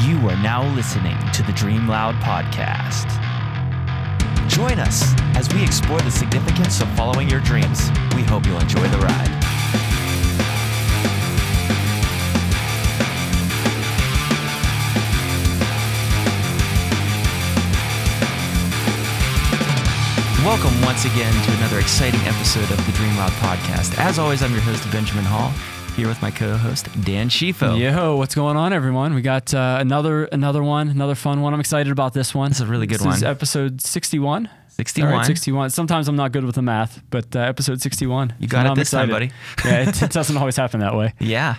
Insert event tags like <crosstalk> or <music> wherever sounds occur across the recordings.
You are now listening to the Dream Loud podcast. Join us as we explore the significance of following your dreams. We hope you'll enjoy the ride. Welcome once again to another exciting episode of the Dream Loud podcast. As always, I'm your host, Benjamin Hall, here with my co host, Dan Schifo. Yo, what's going on, everyone? We got uh, another another one, another fun one. I'm excited about this one. This is a really good Is one. episode 61. 61. All right, 61. Sometimes I'm not good with the math, but uh, episode 61. You got And it I'm this time, excited. buddy. <laughs> yeah, it, it doesn't always happen that way. Yeah.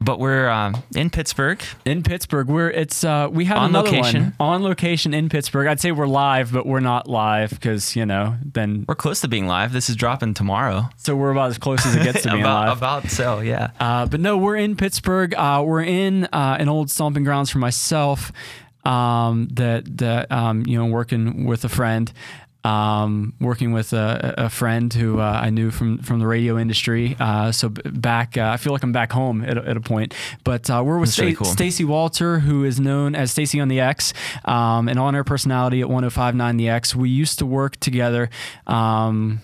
But we're um, in Pittsburgh. In Pittsburgh, we're it's uh, we have On another location. one on location in Pittsburgh. I'd say we're live, but we're not live because you know then. We're close to being live. This is dropping tomorrow. So we're about as close as it gets to <laughs> being about, live. about so, yeah. Uh, but no, we're in Pittsburgh. Uh, we're in uh, an old stomping grounds for myself. Um, that that um, you know, working with a friend, um, working with a, a friend who uh, I knew from from the radio industry. Uh, so b- back, uh, I feel like I'm back home at, a- at a point. But uh, we're with That's really Sta- cool. Stacy Walter, who is known as Stacy on the X, um, an on-air personality at 105.9 The X. We used to work together. Um,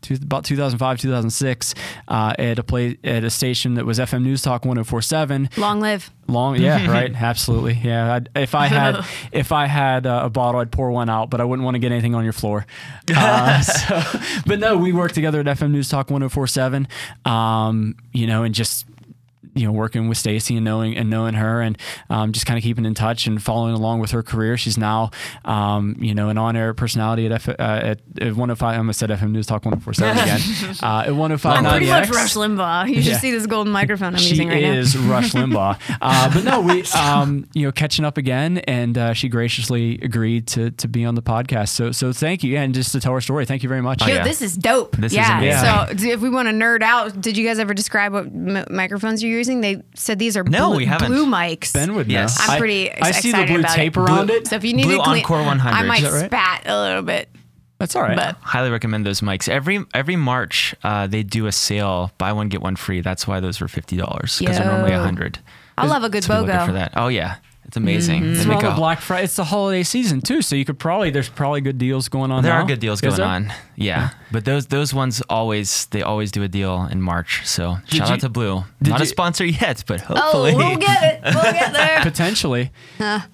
two, about 2005, 2006, uh, at a play at a station that was FM News Talk 104.7. Long live. Long, <laughs> yeah, right, absolutely, yeah. I'd, if I had if I had uh, a bottle, I'd pour one out, but I wouldn't want to get anything on your floor. <laughs> Uh, so, but no, we worked together at FM News Talk 104.7, um, you know, and just you know working with Stacy and knowing and knowing her and um, just kind of keeping in touch and following along with her career. She's now um, you know an on-air personality at F, uh, at, at 105. I almost said FM News Talk 104.7 <laughs> again. uh, at 105. I'm pretty much Rush Limbaugh. You should Yeah. see this golden microphone I'm She using right is <laughs> Rush Limbaugh, uh, but no, we, um, you know, catching up again, and uh, she graciously agreed to to be on the podcast. So, so thank you, and just to tell her story, thank you very much. now. Yo, yeah. this is dope. This is yeah. amazing. So d- if we want to nerd out, did you guys ever describe what m- microphones you're using? They said these are No, blue, we haven't. blue mics. Ben would know. Yes. I'm pretty I, I see the excited blue about it. tape around Blue- it. so if you need Blue to clean, Encore 100, I is might that right? spat a little bit. That's all right. But- Highly recommend those mics. Every every March, uh, they do a sale: buy one get one free. That's why those were fifty dollars because they're normally Yo. a hundred. I love a good So be looking BOGO. Mm-hmm. for that. Oh yeah, it's amazing. They It's make all the a- Black Friday. It's the holiday season too, so you could probably there's probably good deals going on. there now. are good deals Is going there? on. Yeah, but those those ones always they always do a deal in March. So shout you- out to Blue. did Not a you- sponsor <laughs> yet, but Oh, hopefully. we'll get it. We'll get there. <laughs> Potentially,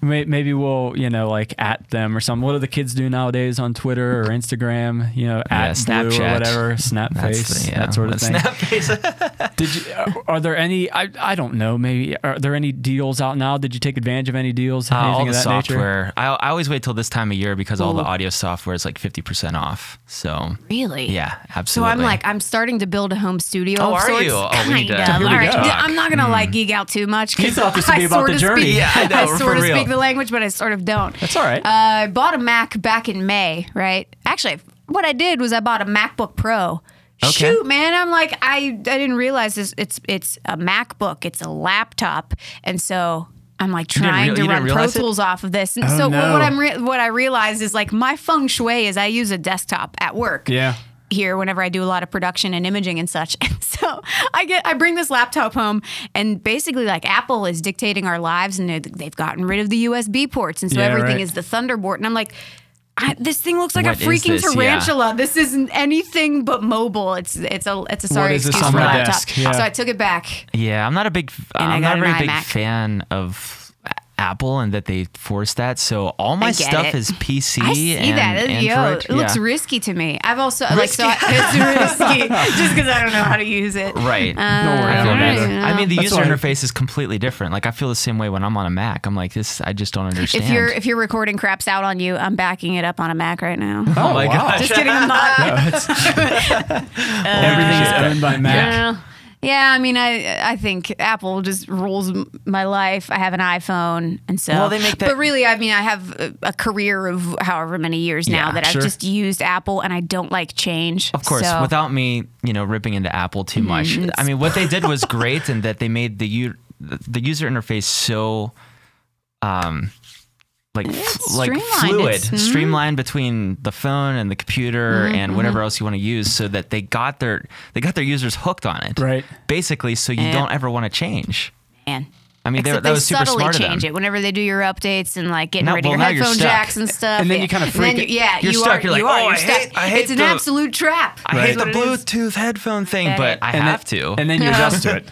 May- maybe we'll you know like at them or something. What do the kids do nowadays on Twitter or Instagram? You know, at Blue Snapchat. or whatever, Snapface, That's the- yeah, that sort of that's thing. Snap <laughs> face. Did you? uh, Are, are there any? I, I don't know. Maybe are there any deals out now? Did you take advantage of any deals? Uh, all anything the of that nature? software. I, I always wait till this time of year because all the Ooh. audio software is like 50% off. So, Really? yeah, So absolutely. I'm like, I'm starting to build a home studio. Oh, of are sorts, you? Oh, Kind we need to- of. here we All right. go. D- I'm not gonna like geek out too much. 'cause You thought this would be <laughs> I about sorta the journey. Speak, Yeah, I know, for sort of real. speak the language, but I sort of don't. That's all right. Uh, I bought a Mac back in May, right? Actually, what I did was I bought a MacBook Pro. Okay. Shoot, man! I'm like, I I didn't realize this. It's it's a MacBook. It's a laptop, and so. I'm like didn't trying real- to you didn't run Pro realize it? Tools off of this, and so Oh, no. what I'm re- what I realized is like my feng shui is I use a desktop at work, Yeah. here whenever I do a lot of production and imaging and such. <laughs> And so I get I bring this laptop home and basically like Apple is dictating our lives and they- they've gotten rid of the USB ports and so Yeah, everything right. is the Thunderbolt and I'm like I, this thing looks like What a is freaking this? Yeah. tarantula. This isn't anything but mobile. It's it's a it's a sorry is this excuse on for a my laptop. desk? Yeah. So I took it back. yeah, I'm not a big, I'm got not a an very big iMac. fan of A- Apple and that they forced that. So, all my I get stuff it. is PC I see and that. Yo, Android. it looks Yeah. risky to me. I've also like so I, it's risky just because I don't know how to use it. Right. Uh, Don't worry I, about feel it. that. I mean, the That's user all right. interface is completely different. Like, I feel the same way when I'm on a Mac. I'm like, this, I just don't understand. If you're if you're recording craps out on you, I'm backing it up on a Mac right now. Oh, my wow. gosh. Just kidding, I'm not. <laughs> Everything is owned by Mac. Yeah. Yeah, I mean, I I think Apple just rules m- my life. I have an iPhone, and so. Well, they make that- But really, I mean, I have a, a career of however many years now Yeah, that sure. I've just used Apple, and I don't like change. Of course, so- Mm-hmm. without me, you know, ripping into Apple too much. I mean, what they did <laughs> was great, and that they made the u- the user interface so, um, like f- like streamlined. fluid, It's- mhm. streamlined between the phone and the computer Mm-hmm. and whatever else you want to use, so that they got their they got their users hooked on it. Right. Basically, so you Yeah. don't ever want to change. man, I mean, they, Except that was super subtly smart of them. change it whenever they do your updates and like getting No, rid of well, your now you're headphone stuck. jacks and stuff. And then you Yeah. kinda And freak then it. you- Yeah, You're you stuck. are. You're like, you are. "Oh, I stuck. hate- I hate It's an the- absolute trap. I hate the That's what it is. Bluetooth headphone thing, Yeah. but I And have then- to. And then you adjust to it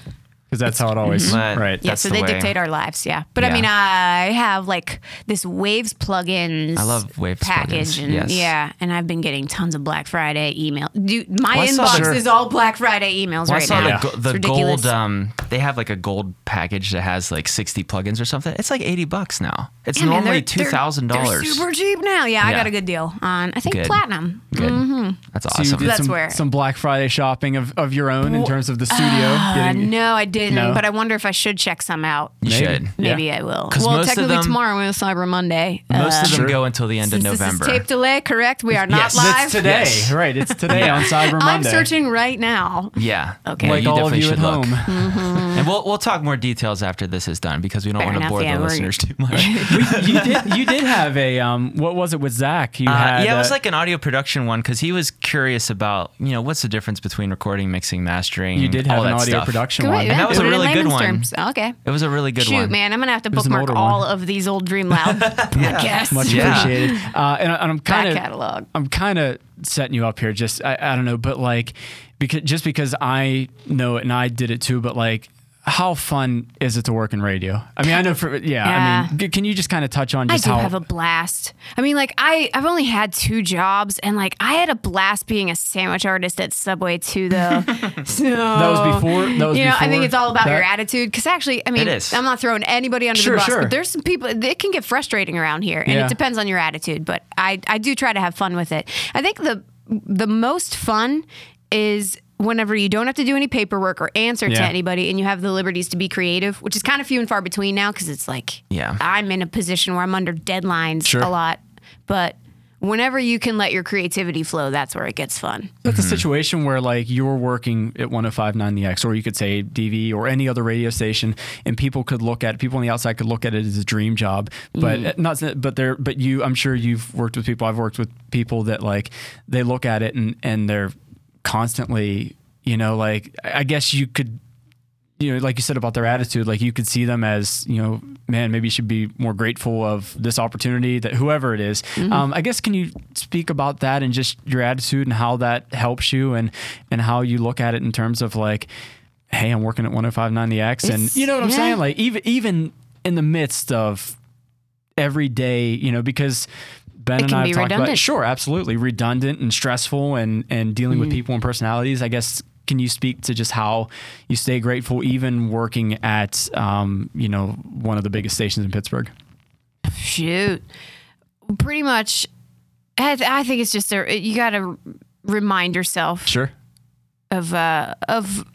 because that's how it always. But- Right. Yeah, That's so the they way. dictate our lives. Yeah, but Yeah. I mean, I have like this Waves plugins. I love Waves package, plugins, and yes. yeah, and I've been getting tons of Black Friday email. Dude, my Well, I saw inbox the- is all Black Friday emails Well, I right saw now. the, go- It's the ridiculous. gold. Um, they have like a gold package that has like sixty plugins or something. It's like eighty bucks now. It's Yeah, man, normally they're- two they're- thousand They're dollars. super cheap now. Yeah, I Yeah. got a good deal on I think Good. platinum. Good. That's So you awesome. did That's some, where- some Black Friday shopping of, of your own in terms of the studio. Uh, getting, no, I didn't. No? But I wonder if I should check some out. you Maybe. should. Yeah. Maybe I will. 'Cause Well, most of technically them- tomorrow is Cyber Monday. Most of them Sure. go until the end of since November. This is tape delay, correct? We are not Yes. live. That's today, Yes. right? It's today on Cyber Monday. I'm searching right now. yeah. Okay. Mm-hmm. Yeah, like you all of definitely you should at look. home. And we'll we'll talk more details after this is done because we don't Fair want to enough, bore yeah, the we're- listeners too <laughs> much. you did you did have a um what was it with Zach? You Uh, <laughs> had yeah, it was uh, like an audio production one because he was curious about you know what's the difference between recording, mixing, mastering. you did all have an that audio stuff. production Good. one. yeah, that was a put it in really good layman's one. terms. Oh, Okay. It was a really good Shoot, one. man, I'm gonna have to was an bookmark older all one. of these old Dream Loud <laughs> podcasts. Much Yeah. appreciated. Uh, and, I- and I'm <laughs> Back kind of catalog. I'm kind of setting you up here. Just I, I don't know, but like because just because I know it and I did it too, but like. How fun is it to work in radio? I mean, I know for yeah. I mean, Yeah. g- can you just kind of touch on I just do how have a blast. I mean, like I I've only had two jobs, and like I had a blast being a sandwich artist at Subway too, though. <laughs> so that was before- that was you know I think before it's all about your that? attitude because actually I mean It is. I'm not throwing anybody under Sure, the bus, sure. but there's some people it can get frustrating around here, and Yeah. it depends on your attitude. But I I do try to have fun with it. I think the the most fun is. Whenever you don't have to do any paperwork or answer to Yeah. anybody, and you have the liberties to be creative, which is kind of few and far between now, because it's like Yeah. I'm in a position where I'm under deadlines Sure. a lot, but whenever you can let your creativity flow, that's where it gets fun. That's a situation where like you're working at 1059 the X or you could say DV or any other radio station and people could look at people on the outside could look at it as a dream job but not but they're but you I'm sure you've worked with people I've worked with people that like they look at it and and they're constantly you know like I I guess you could you know, like you said about their attitude, like you could see them as, you know, man, maybe you should be more grateful of this opportunity that whoever it is. Mm-hmm. Um, I guess can you speak about that and just your attitude and how that helps you and and how you look at it in terms of like, hey, I'm working at 105.9 the X, and It's- you know what I'm yeah. saying? Like even even in the midst of every day, you know, because Ben It and can I be have talked about redundant. sure, absolutely redundant and stressful and and dealing Mm. with people and personalities. I guess can you speak to just how you stay grateful even working at um, you know one of the biggest stations in Pittsburgh? Shoot. Pretty much, I, th- I think it's just a, you got to remind yourself Sure. of uh, of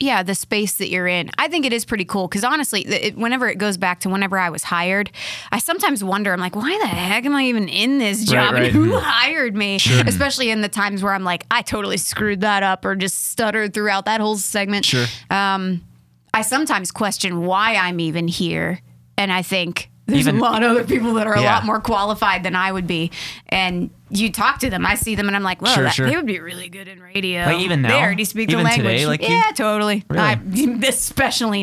yeah the space that you're in. I think it is pretty cool because honestly, th- it, whenever it goes back to whenever I was hired, I sometimes wonder. I'm like, why the heck am I even in this job? <laughs> right. And who hired me? Especially in the times where I'm like, I totally screwed that up or just stuttered throughout that whole segment. Um, Sure. I sometimes question why I'm even here, and I think there's Even- a lot of other people that are a Yeah. lot more qualified than I would be. And you talk to them, I see them, and I'm like, well, Sure, that, sure. they would be really good in radio. Like, even they now? already speak Even the language. today, like, you- yeah, totally. I, <laughs> especially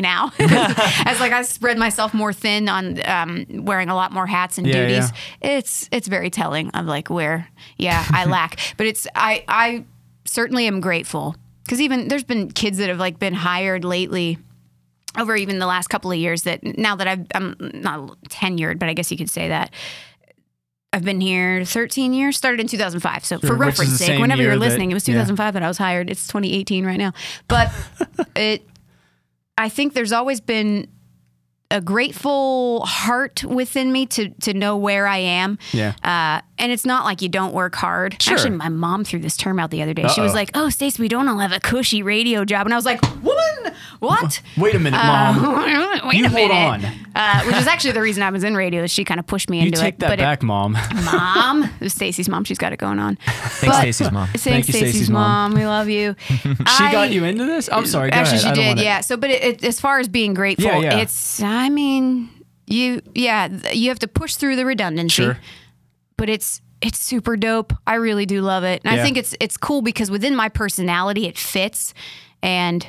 <laughs> now, <laughs> as like I spread myself more thin on um, wearing a lot more hats and Yeah, duties. It's it's very telling of like where yeah I <laughs> lack, but it's I I certainly am grateful because even there's been kids that have like been hired lately over even the last couple of years that now that I've, I'm not tenured, but I guess you could say that I've been here 13 years, started in 2005. So for Sure, which is reference the sake, same whenever year you're that- listening, it was yeah. 2005 that I was hired. It's 2018 right now. <laughs> But it, I think there's always been a grateful heart within me to, to know where I am. Yeah. Uh, and it's not like you don't work hard. Sure. Actually, my mom threw this term out the other day. She was Uh-oh. like, "Oh, Stace, we don't all have a cushy radio job," and I was like, "Woman, what?" <laughs> Wait a minute, uh, mom. <laughs> <laughs> Wait You a hold on. minute. Uh, which is actually the reason I was in radio. Is she kind of pushed me You into take it. that but back, mom. <laughs> It, <laughs> mom, it was Stacy's mom, she's got it going on. Thanks, Stacy's mom. Thanks, you, Stacy's Stacy's mom. mom. We love you. she <laughs> she got you into this. I'm sorry. Go Actually, ahead. I she don't did. wanna- Yeah. So, but it, it, as far as being grateful, Yeah, yeah. it's. I mean, you. Yeah, th- you have to push through the redundancy. Sure. But it's it's super dope. I really do love it, and Yeah. I think it's it's cool because within my personality, it fits, and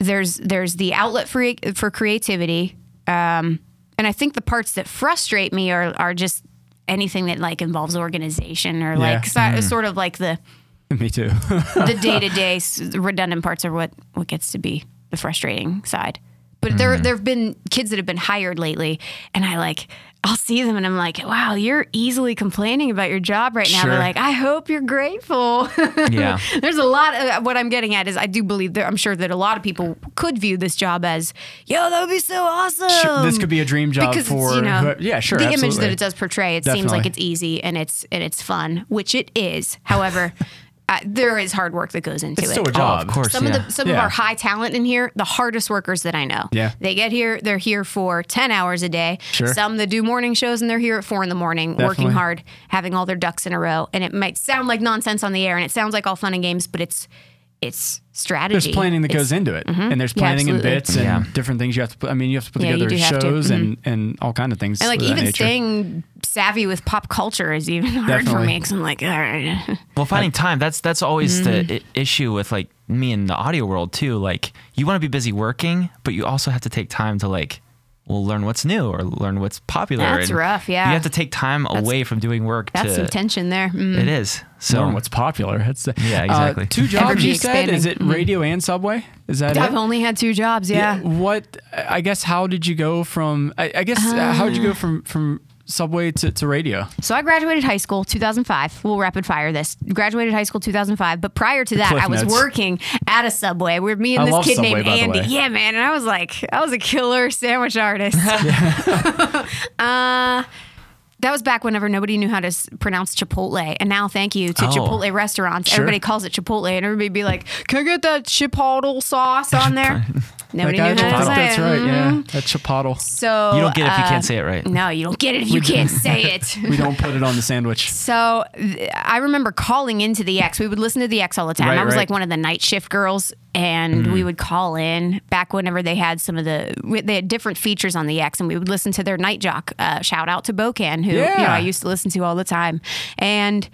there's there's the outlet for for creativity. Um, and I think the parts that frustrate me are are just anything that like involves organization or like so, Mm-hmm. sort of like the <laughs> Me too. the day to day redundant parts are what what gets to be the frustrating side. But there Mm. there have been kids that have been hired lately, and I like I'll see them and I'm like, wow, you're easily complaining about your job right now. Sure. But like, I hope you're grateful. <laughs> Yeah. There's a lot of what I'm getting at is I do believe that I'm sure that a lot of people could view this job as, yo, that would be so awesome. Sure, this could be a dream job Um, because for it's, you know, whoever- yeah, sure, the image absolutely. that it does portray. It seems Definitely. like it's easy and it's and it's fun, which it is. <laughs> However, uh, there is hard work that goes into It's it. still a Oh, job. of course. Some yeah. of the some of Yeah. our high talent in here, the hardest workers that I know. Yeah. They get here, they're here for ten hours a day. Sure. Some that do morning shows and they're here at four in the morning, working Definitely. hard, having all their ducks in a row. And it might sound like nonsense on the air and it sounds like all fun and games, but it's it's strategy. There's planning that goes into it, and there's planning and absolutely. bits and Yeah. different things you have to. Put, I mean, you have to put Yeah, you together do have to. Mm-hmm. shows and and all kind of things. and like of that even nature. staying savvy with pop culture is even hard for Definitely. me because I'm like, all right. <laughs> Well, finding time, that's that's always the Mm-hmm. I- issue with like me in the audio world too. Like you want to be busy working, but you also have to take time to like well learn what's new or learn what's popular. That's and rough, yeah. You have to take time away from doing work That's to some tension there. Mm. It is. So Learn what's popular. That's the, Yeah, exactly. Uh, two jobs Everybody you said. Is it expanding. radio and subway? Is that I've it? only had two jobs, yeah. What I guess how did you go from? I, I guess uh, how did you go from from subway to, to radio? So Ah. I graduated high school 2005. We'll rapid fire this. Graduated high school 2005, but prior to that, Cliff I was notes. working at a Subway. Where me and I this love kid Subway, named by the Andy. way. Yeah, man, and I was like, I was a killer <laughs> sandwich artist. <laughs> uh, that was back whenever nobody knew how to s- pronounce Chipotle, and now thank you to Oh. Chipotle restaurants. Sure. Everybody calls it Chipotle, and everybody be like, "Can I get that Chipotle sauce <laughs> on there?" Nobody Like, knew I- how to say that's it. right. Yeah, Mhm. that's Chipotle. So you don't get it if you uh, can't say it right. No, you don't get it if you can't say it. We don't put it on the <laughs> sandwich. So th- I remember calling into the X. We would listen to the X all the time. Right, I was right. Mm-hmm. like one of the night shift girls, and we would call in back whenever they had some of the w- they had different features on the X, and we would listen to their night jock. Uh, shout out to Bocan, who you know Yeah. I used to listen to all the time, and.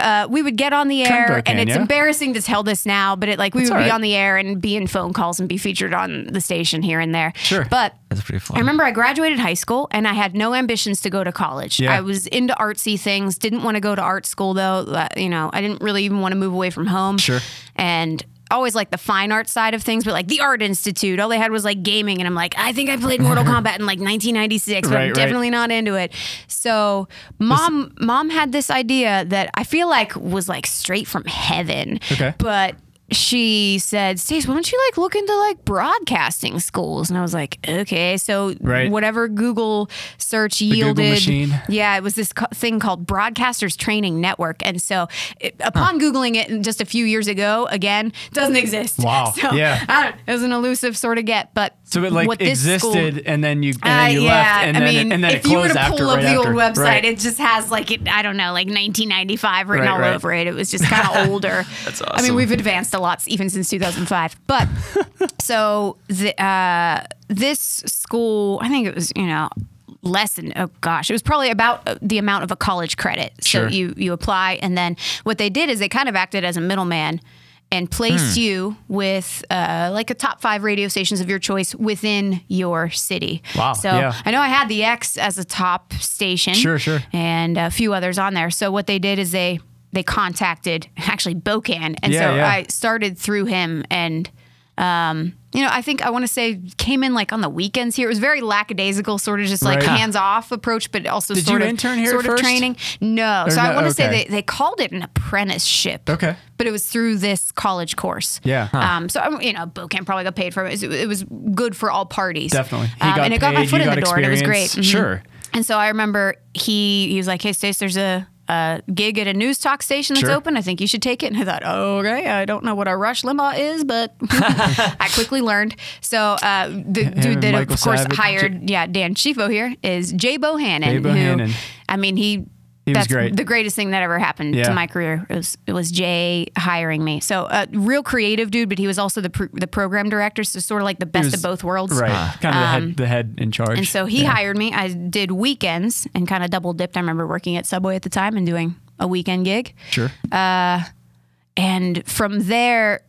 Uh, we would get on the air, Bocan, and it's yeah. embarrassing to tell this now, but it like we would all be right. on the air and be in phone calls and be featured on the station here and there. Sure. but That's pretty fun. I remember I graduated high school and I had no ambitions to go to college. Yeah. I was into artsy things, didn't want to go to art school though. Uh, You know, I didn't really even want to move away from home. Sure. And always like the fine art side of things, but like the art institute, all they had was like gaming. And I'm like, I think I <laughs> played Mortal Kombat in like 1996, but Right, I'm right. definitely not into it. So mom, mom had this idea that I feel like was like straight from heaven. Okay. But she said, Stace, why don't you like look into like broadcasting schools? And I was like, okay. So Right. whatever Google search Google yielded. machine. Yeah, it was this co- thing called Broadcasters Training Network. And so it, upon Googling it just a few years ago, again, doesn't exist. Wow. <laughs> So Yeah. I don't, it was an elusive sort of get. But So it like what this school- existed, and then you and then you uh, left, and I then it- mean, and then if it you closed were to after, pull up right the old after. website, Right. it just has like it, I don't know, like 1995 written Right, all right. over it. It was just kind <laughs> of older. That's I mean, awesome. we've advanced a lot even since 2005. <laughs> But so the, uh, this school, I think it was, you know. Less than oh gosh, it was probably about uh, the amount of a college credit. So Sure. you you apply, and then what they did is they kind of acted as a middleman and placed Hmm. you with uh, like a top five radio stations of your choice within your city. Wow, So yeah. I know I had the X as a top station. Sure, sure. And a few others on there. So what they did is they they contacted <laughs> actually Bocan, and Yeah, so yeah. I started through him and. Um, you know, I think I want to say came in like on the weekends here. It was very lackadaisical, sort of just like Right. Huh. hands off approach, but also Did sort you of intern here sort at of first? training. No, so I no- want to okay. say they, they called it an apprenticeship. Okay. but it was through this college course. Yeah. Huh. Um. So um, you know, Bocan probably got paid for it. It was, it was good for all parties. Definitely. He Um, got and it got my paid, foot you in the got door, and it was great. Mm-hmm. experience. Sure. And so I remember he he was like, "Hey, Stace, there's a." A gig at a news talk station that's Sure. open. I think you should take it. And I thought, oh, okay, I don't know what a Rush Limbaugh is, but <laughs> I quickly learned. So uh, the dude and that, Michael of course, Savage. hired, yeah, Dan Schifo here is Jay Bohannon. Jay Bohannon. Who, I mean, he, He was that's great. the greatest thing that ever happened Yeah. to my career. It was, it was Jay hiring me. So a real creative dude, but he was also the, pr- the program director. So sort of like the best was- of both worlds. Right, kind of the, head, the head in charge. Um, And so he hired me. I did weekends and kind of double dipped. I remember working at Subway at the time and doing a weekend gig. sure. And from there,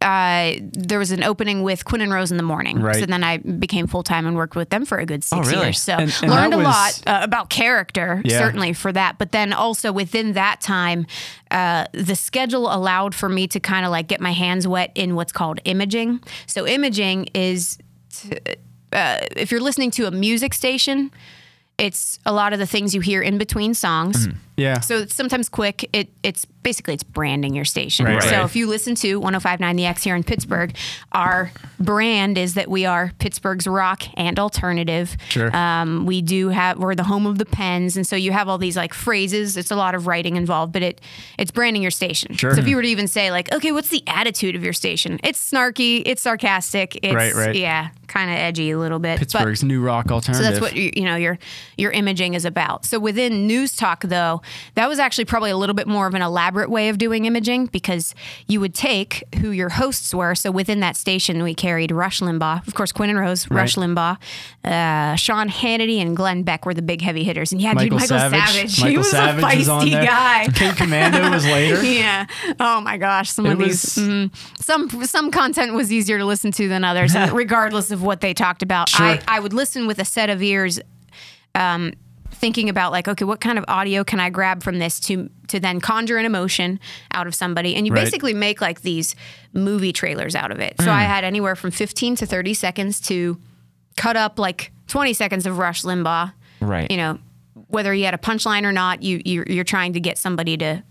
uh, there was an opening with Quinn and Rose in the morning. Right. So then I became full time and worked with them for a good six really? years. So And- and learned that a was- lot uh, about character, Yeah. certainly for that. But then also within that time, uh, the schedule allowed for me to kind of like get my hands wet in what's called imaging. So imaging is uh, if you're listening to a music station, it's a lot of the things you hear in between songs. Yeah. So it's sometimes quick. It it's basically it's branding your station. Right. So Right. if you listen to 105.9 The X here in Pittsburgh, our brand is that we are Pittsburgh's rock and alternative. Sure. Um, we do have we're the home of the pens, and so you have all these like phrases. It's a lot of writing involved, but it it's branding your station. Sure. Hmm. So if you were to even say like, okay, what's the attitude of your station? It's snarky. It's sarcastic. It's Right, right. yeah, kind of edgy a little bit. but- Pittsburgh's new rock so alternative. that's what you, you know your your imaging is about. So within news talk though, that was actually probably a little bit more of an elaborate way of doing imaging because you would take who your hosts were. So within that station, we carried Rush Limbaugh, of course, Quinn and Rose, Rush Limbaugh, uh, Sean Hannity, and Glenn Beck were the big heavy hitters. And yeah, Michael dude, Michael Savage. Savage, <laughs> he Michael was Savage a is on feisty there. <laughs> guy. King <laughs> Commando was later. Yeah. Oh my gosh. Some It of these. was- mm, some some content was easier to listen to than <laughs> others, and regardless of what they talked about. I, Sure. I would listen with a set of ears, um, thinking about like, okay, what kind of audio can I grab from this to to then conjure an emotion out of somebody? And you Right. basically make like these movie trailers out of it. So Hmm. I had anywhere from fifteen to thirty seconds to cut up like twenty seconds of Rush Limbaugh Right. you know, whether you had a punchline or not, you you're, you're trying to get somebody to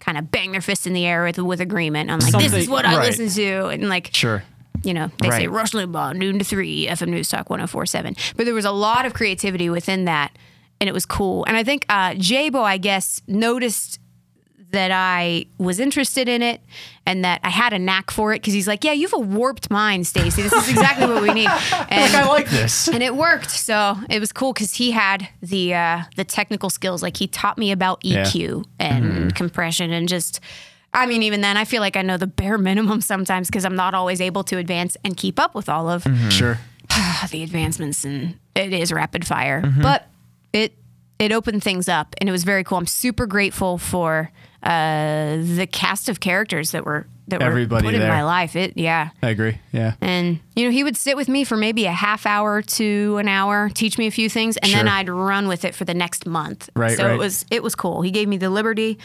kind of bang their fist in the air with with agreement. I'm like, Something- this is what I right. listen to, and like, Sure. you know, they say Right. Rush Limbaugh noon to three FM News Talk 104.7. But there was a lot of creativity within that, and it was cool. And I think uh, Jabo, I guess, noticed that I was interested in it and that I had a knack for it because he's like, yeah, you have a warped mind, Stacy. This is exactly what we need. And I <laughs> like this. and it worked. So it was cool because he had the uh, the technical skills. Like he taught me about EQ and Mm-hmm. compression and just. I mean, even then, I feel like I know the bare <laughs> minimum sometimes because I'm not always able to advance and keep up with all of Sure. Mm-hmm. <sighs> the advancements, and it is rapid fire. But it it opened things up, and it was very cool. I'm super grateful for uh, the cast of characters that were that Everybody were put there. in my life. It yeah, I agree. Yeah. and, you know, he would sit with me for maybe a half hour to an hour, teach me a few things, and then Sure. I'd run with it for the next month. Right, So right. it was it was cool. He gave me the liberty.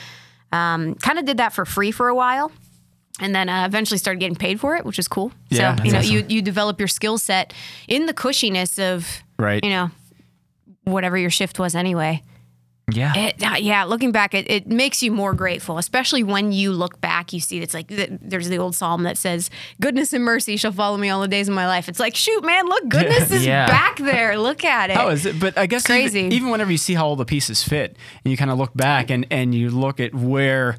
Um, kind of did that for free for a while. And then uh, eventually started getting paid for it, which is cool. Yeah, so, that's you know, you you develop your skill set in the cushiness of Right. you know, whatever your shift was anyway. yeah. It, uh, yeah, looking back, it, it makes you more grateful, especially when you look back. You see, it's like th- there's the old psalm that says, "Goodness and mercy shall follow me all the days of my life." It's like, shoot, man, <laughs> look, goodness is Yeah. back there. Look at it. How Oh, is it? But I guess even- Crazy. Even, whenever you see how all the pieces fit, and you kind of look back and and you look at where,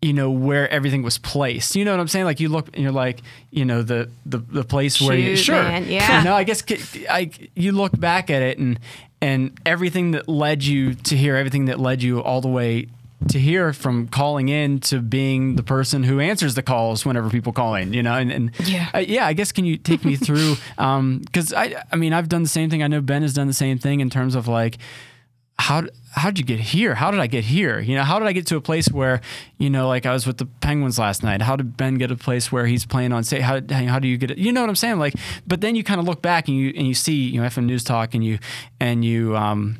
you know, where everything was placed. You know what I'm saying? Like you look and you're like, you know, the the, the place where you Shoot, sure, man, yeah. You know, I guess c- I you look back at it and and everything that led you to here, everything that led you all the way. To here from calling in to being the person who answers the calls whenever people call in, you know, and, and Yeah. I- yeah, I guess can you take me through? Because I, I mean, I've done the same thing. I know Ben has done the same thing in terms of like, how how did you get here? How did I get here? You know, how did I get to a place where, you know, like I was with the Penguins last night. How did Ben get a place where he's playing on stage? How how do you get it? You know what I'm saying? Like, but then you kind of look back and you and you see you know FM News Talk and you and you um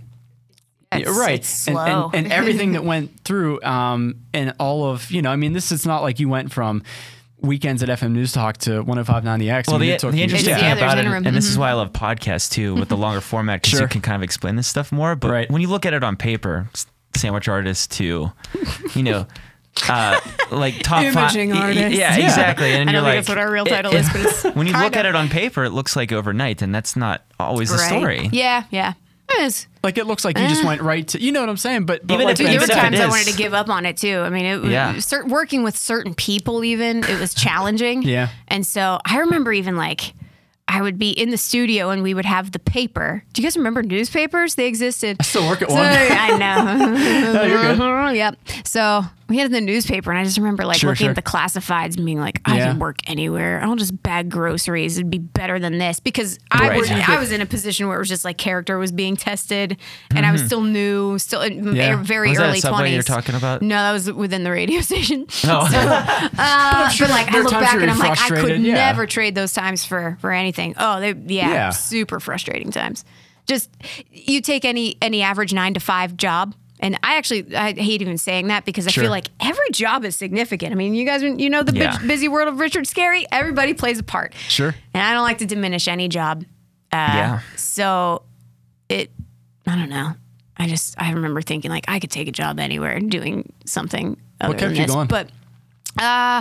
It's- right. It's and, slow. and- And, everything <laughs> that went through, um, and all of, you know, I mean, this is not like you went from weekends at FM News Talk to 1059 The X. I Well, mean, the, it took the you- interesting Yeah, thing there's Mm-hmm. about it, interim. and this is why I love podcasts too, with the <laughs> longer format, because Sure. you can kind of explain this stuff more. But Right. when you look at it on paper, s- sandwich artist to, you <laughs> know, uh, like top Imaging five, y- y- artist. Yeah, Yeah. exactly. And I you're don't think like, that's what our real it- title it- is, but <laughs> it's when you look kinda- at it on paper, it looks like overnight, and that's not always the Right. story. Yeah, yeah. It is. Like, it looks like you just went right to, you know what I'm saying? But, but Even like if Dude, it Ben there were Except said- times I is. wanted to give up on it too. I mean, it, Yeah. cer- working with certain people, even it was challenging. Yeah. And so I remember even like I would be in the studio and we would have the paper. Do you guys remember newspapers? They existed. I still work at so, <laughs> one. I know. <laughs> No, you're good. yep. So we had it in the newspaper, and I just remember like Sure, looking sure. at the classifieds and being like, I Yeah. can work anywhere. I'll just bag groceries. It'd be better than this because I Right. was Yeah. I was in a position where it was just like character was being tested, and Mm-hmm. I was still new, still in Yeah. er, very Was that early Subway twenties. you're talking about? No, that was within the radio <laughs> station. <laughs> Oh. So, uh, but, like there I are times look back where and you're I'm like, I could frustrated, yeah. never trade those times for for anything. Oh, they yeah, Yeah. super frustrating times. Just you take any any average nine to five job. And I actually I hate even saying that because I Sure. feel like every job is significant. I mean, you guys, you know the Yeah. bu- busy world of Richard Scarry. Everybody plays a part. Sure. And I don't like to diminish any job. Uh, yeah. So it, I don't know. I just, I remember thinking like I could take a job anywhere doing something other kept than you this. going? But, uh,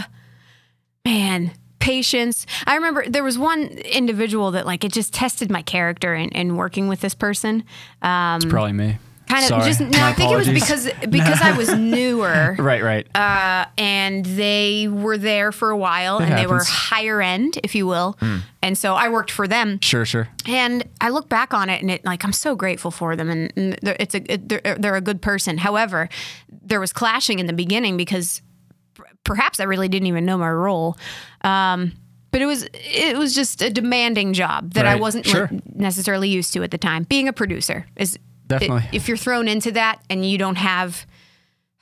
man, patience. I remember there was one individual that like it just tested my character in, in working with this person. Um, It's probably me. kind of Sorry. just, no, My I think it was apologies. because, Uh, because I <laughs> was newer Right, right. and they were there for a while and they were happens. Hmm. higher end, if you will. And so I worked for them. sure, sure. And I look back on it, and it like I'm so grateful for them, and, and they're, it's a it, they're, they're a good person. However, there was clashing in the beginning because p- perhaps I really didn't even know my role, um, but it was it was just a demanding job that I Right. wasn't Sure. like, necessarily used to at the time. Being a producer is Definitely. if you're thrown into that and you don't have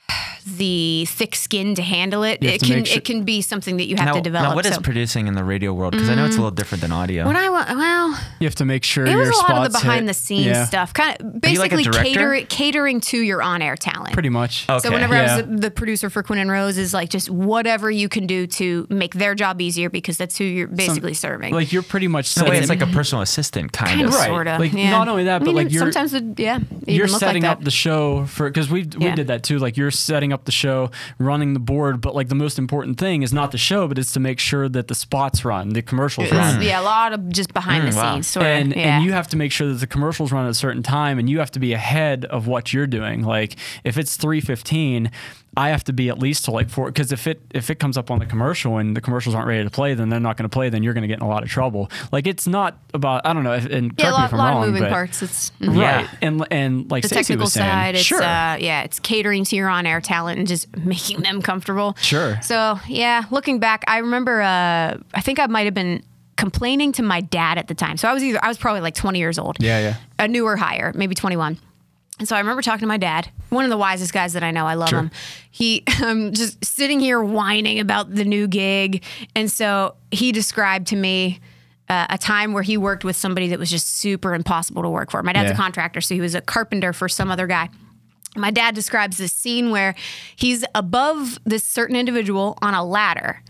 <sighs> the thick skin to handle it, have it to can make sure- it can be something that you have Now, to develop. now what is So- Mm. producing in the radio world? Because I know it's a little different than audio. when I went, well, You have to make sure it your was a lot of the spots behind hit. the scenes Yeah, stuff, kind of you like a basically director? cater, catering to your on air talent. Pretty much. Okay. So whenever I Yeah. was the, the producer for Quinn and Rose, is like just whatever you can do to make their job easier because that's who you're basically serving. Like you're pretty much No, setting wait, it's like a personal assistant kind Kinda, of. Right. sorta, Like, yeah. not only that, I but, mean, like, you're- sometimes it, yeah, it you're even look setting like up that. the show for because we we Yeah. did that too. Like you're setting up the show, running the board, but like the most important thing is not the show, but it's to make sure that the spots run, the commercials It's- run. yeah, a lot of just behind the wow. scenes sort of. And, yeah. and you have to make sure that the commercials run at a certain time and you have to be ahead of what you're doing. Like if it's 315, I have to be at least to like four because if it if it comes up on the commercial and the commercials aren't ready to play, then they're not going to play, then you're going to get in a lot of trouble. Like it's not about I don't know, if, and correct me yeah, a lot, if I'm lot wrong, of moving but- parts. It's Right. Yeah. And and like the Stacey technical was saying, side. It's sure. uh, yeah, it's catering to your on-air talent and just <laughs> making them comfortable. Sure. So yeah, looking back, I remember. Uh, I think I might have been complaining to my dad at the time. So I was either I was probably like 20 years old. Yeah, yeah. A newer hire, maybe 21. And so I remember talking to my dad, one of the wisest guys that I know. I love him. He, <laughs> I'm just sitting here whining about the new gig. And so he described to me uh, a time where he worked with somebody that was just super impossible to work for. My dad's Yeah. a contractor, so he was a carpenter for some other guy. My dad describes this scene where he's above this certain individual on a ladder.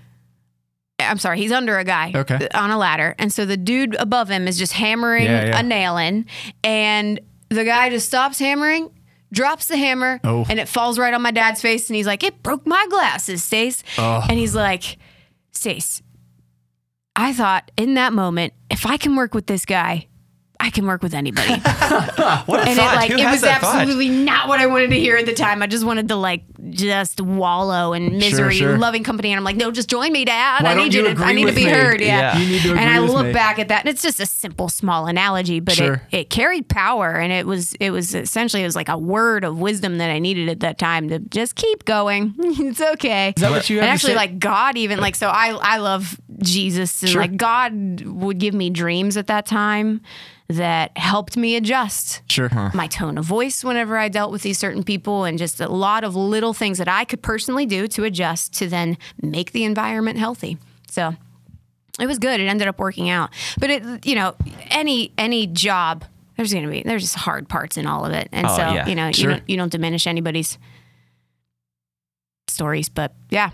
I'm sorry, he's under a guy Okay. on a ladder. And so the dude above him is just hammering Yeah, yeah. a nail in, and the guy just stops hammering, drops the hammer, Oh. and it falls right on my dad's face. And he's like, It broke my glasses, Stace. And he's like, Stace, I thought in that moment, if I can work with this guy, I can work with anybody. and What a it thought. like Who it has was that thought? <laughs> absolutely not what I wanted to hear at the time. I just wanted to like just wallow in misery, sure. loving company. And I'm like, no, just join me, Dad. Why I don't need you you to I agree need to with be me? heard. Yeah. Yeah. You need to agree and I with look me. back at that and it's just a simple, small analogy, but Sure. it, it carried power and it was it was essentially it was like a word of wisdom that I needed at that time to just keep going. <laughs> it's okay Is that what you have and to actually say? like god even like so i i love jesus and Sure. like god would give me dreams at that time that helped me adjust Sure. my tone of voice whenever i dealt with these certain people and just a lot of little things that i could personally do to adjust to then make the environment healthy so it was good it ended up working out but it you know any any job there's gonna be there's just hard parts in all of it and Oh, so yeah. you know Sure. you don't you don't diminish anybody's stories but yeah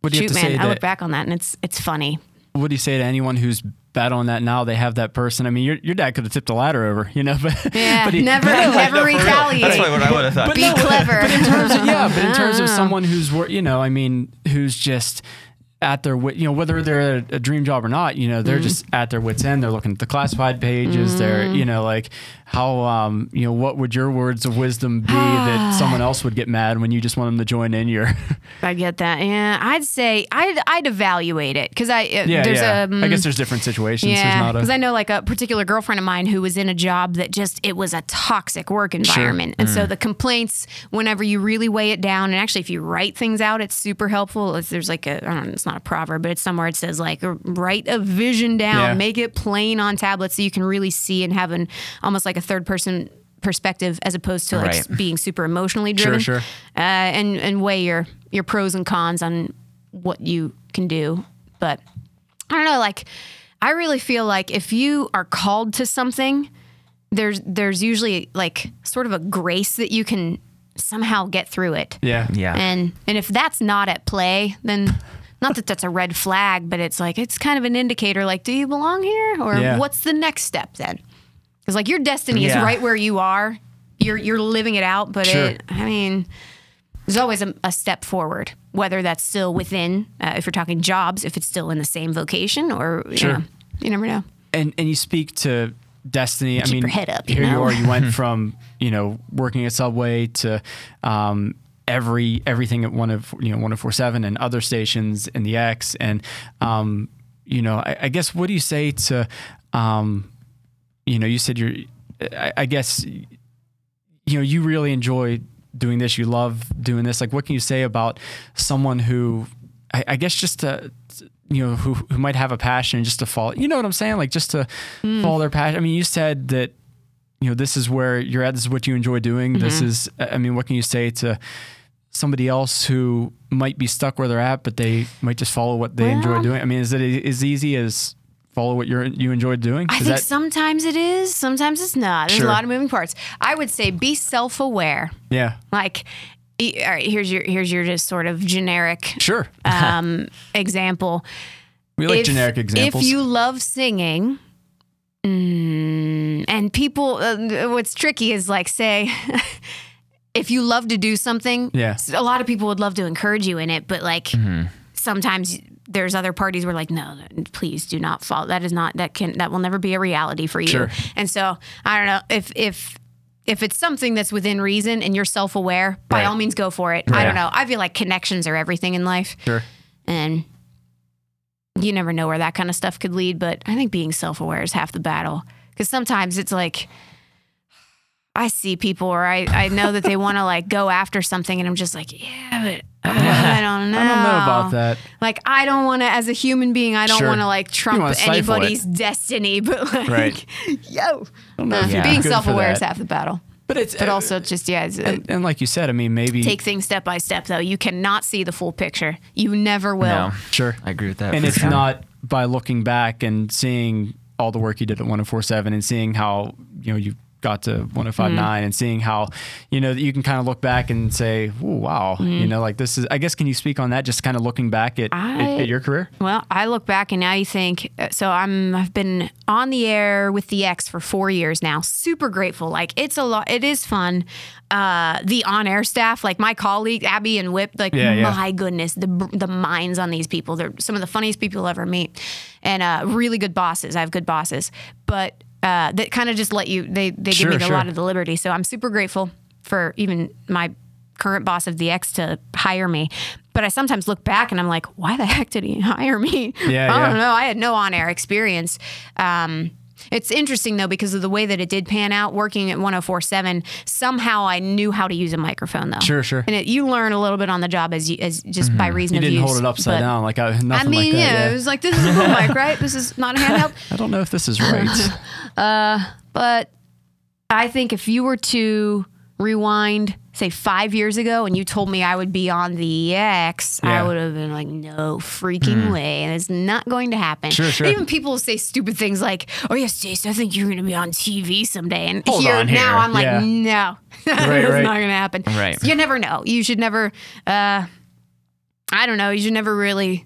What do you Shoot, have to man, say I to, look back on that and it's it's funny. What do you say to anyone who's bad on that now? They have that person. I mean, your, your dad could have tipped the ladder over, you know, but Yeah, <laughs> but he- never never retaliate. That's probably what I would have thought. Be clever. yeah, but in terms of someone who's wor- you know, I mean, who's just at their wit, you know, whether they're a, a dream job or not, you know, they're Mm-hmm. just at their wits end. They're looking at the classified pages. They're, you know, like how, um, you know, what would your words of wisdom be <sighs> that someone else would get mad when you just want them to join in your? <laughs> <laughs> I get that. Yeah, I'd say I'd I'd evaluate it because I uh, yeah, there's yeah. a um, I guess there's different situations. yeah there's not because a, I know like a particular girlfriend of mine who was in a job that just it was a toxic work environment, and Mm. so the complaints whenever you really weigh it down, and actually if you write things out, it's super helpful. It's, there's like a I don't know, it's not a proverb, but it's somewhere it says like write a vision down, Yeah. make it plain on tablets so you can really see and have an almost like a third person perspective as opposed to like Right. s- being super emotionally driven sure. uh, and and weigh your your pros and cons on what you can do. But I don't know, like I really feel like if you are called to something, there's there's usually like sort of a grace that you can somehow get through it. yeah. Yeah. And and if that's not at play, then not that that's a red flag, but it's like it's kind of an indicator like do you belong here or Yeah. what's the next step then? Cuz like your destiny Yeah. is right where you are. You're you're living it out, but Sure. it I mean there's always a, a step forward, whether that's still within uh, if you're talking jobs, if it's still in the same vocation or you Sure. know. You never know. and and you speak to destiny. I Keep mean, your head up, you here you know? are. You went from you know working at Subway to um, every everything at one of you know one oh four seven and other stations in the X and um, you know I, I guess what do you say to um, you know you said you're I, I guess you know you really enjoy doing this you love doing this like what can you say about someone who i, I guess just to you know who, who might have a passion just to follow you know what i'm saying like just to Hmm. follow their passion i mean you said that you know this is where you're at this is what you enjoy doing Mm-hmm. this is i I mean what can you say to somebody else who might be stuck where they're at but they might just follow what they enjoy Well- doing i mean is it as easy as follow what you're you enjoy doing I is think that sometimes it is, sometimes it's not. There's Sure. a lot of moving parts. I would say be self-aware. yeah Like, e- all right, here's your here's your just sort of generic sure um, example. we like If- generic examples If you love singing, mm, and people, uh, what's tricky is like say. <laughs> If you love to do something, Yeah. Mm-hmm. s- a lot of people would love to encourage you in it, but like sometimes there's other parties where like, no, please do not fall. That is not that can that will never be a reality for you. Sure. And so I don't know if if if it's something that's within reason and you're self aware, by Right. all means go for it. I Right. don't know. I feel like connections are everything in life sure and you never know where that kind of stuff could lead but i think being self-aware is half the battle because sometimes it's like i see people or i, I know that they want to like go after something and i'm just like yeah <laughs> but uh, i don't know I don't know about that. like i don't want to as a human being i don't Sure. want to like trump wanna stifle it. anybody's destiny <laughs> but like Right. yo know uh, if you'd be being good for self-aware that. is half the battle But it's uh, but also just yeah it's, uh, and, and like you said, I mean, maybe take things step by step though you cannot see the full picture you never will No. sure, I agree with that. and for it's sure. not by looking back and seeing all the work you did at 1047 and seeing how you know you got to Mm-hmm. 1059 and seeing how you know that you can kind of look back and say, "Ooh, wow, Mm-hmm. you know, like this is. I guess can you speak on that? Just kind of looking back at, at- I- at your career. Well, I look back and now you think uh, so. I'm I've been on the air with the X for four years now. Super grateful. Like it's a lot. It is fun. Uh, the on-air staff, like my colleague Abby and Whip, like Yeah, yeah. my goodness, the br- the minds on these people. They're some of the funniest people you'll ever meet, and uh, really good bosses. I have good bosses, but uh, that kind of just let you. They they Sure, give me a sure. lot of the liberty. So I'm super grateful for even my current boss of the X to hire me. But I sometimes look back and I'm like, why the heck did he <laughs> hire me? Yeah, I yeah. don't know. I had no on air experience. Um, it's interesting though, because of the way that it did pan out working at 1047, somehow I knew how to use a microphone though. Sure, sure. And it, you learn a little bit on the job as you, as just by reason You of didn't use. hold it upside But- down like I, nothing I mean, like that. yeah, Yeah, it was like, this is a boom mic, right? This is not a <laughs> handheld. I don't know if this <laughs> is right. But I think if you were to rewind, say five years ago, and you told me I would be on the X, I Yeah. Hmm. would have been like, no freaking way. And it's not going to happen. Sure, sure. Even people say stupid things like, oh, yes, Jason, I think you're going to be on TV someday. And Hold here, on here. now I'm like, Yeah. no, <laughs> that's Right, right. not going to happen. Right. So you never know. You should never, uh, I don't know, you should never really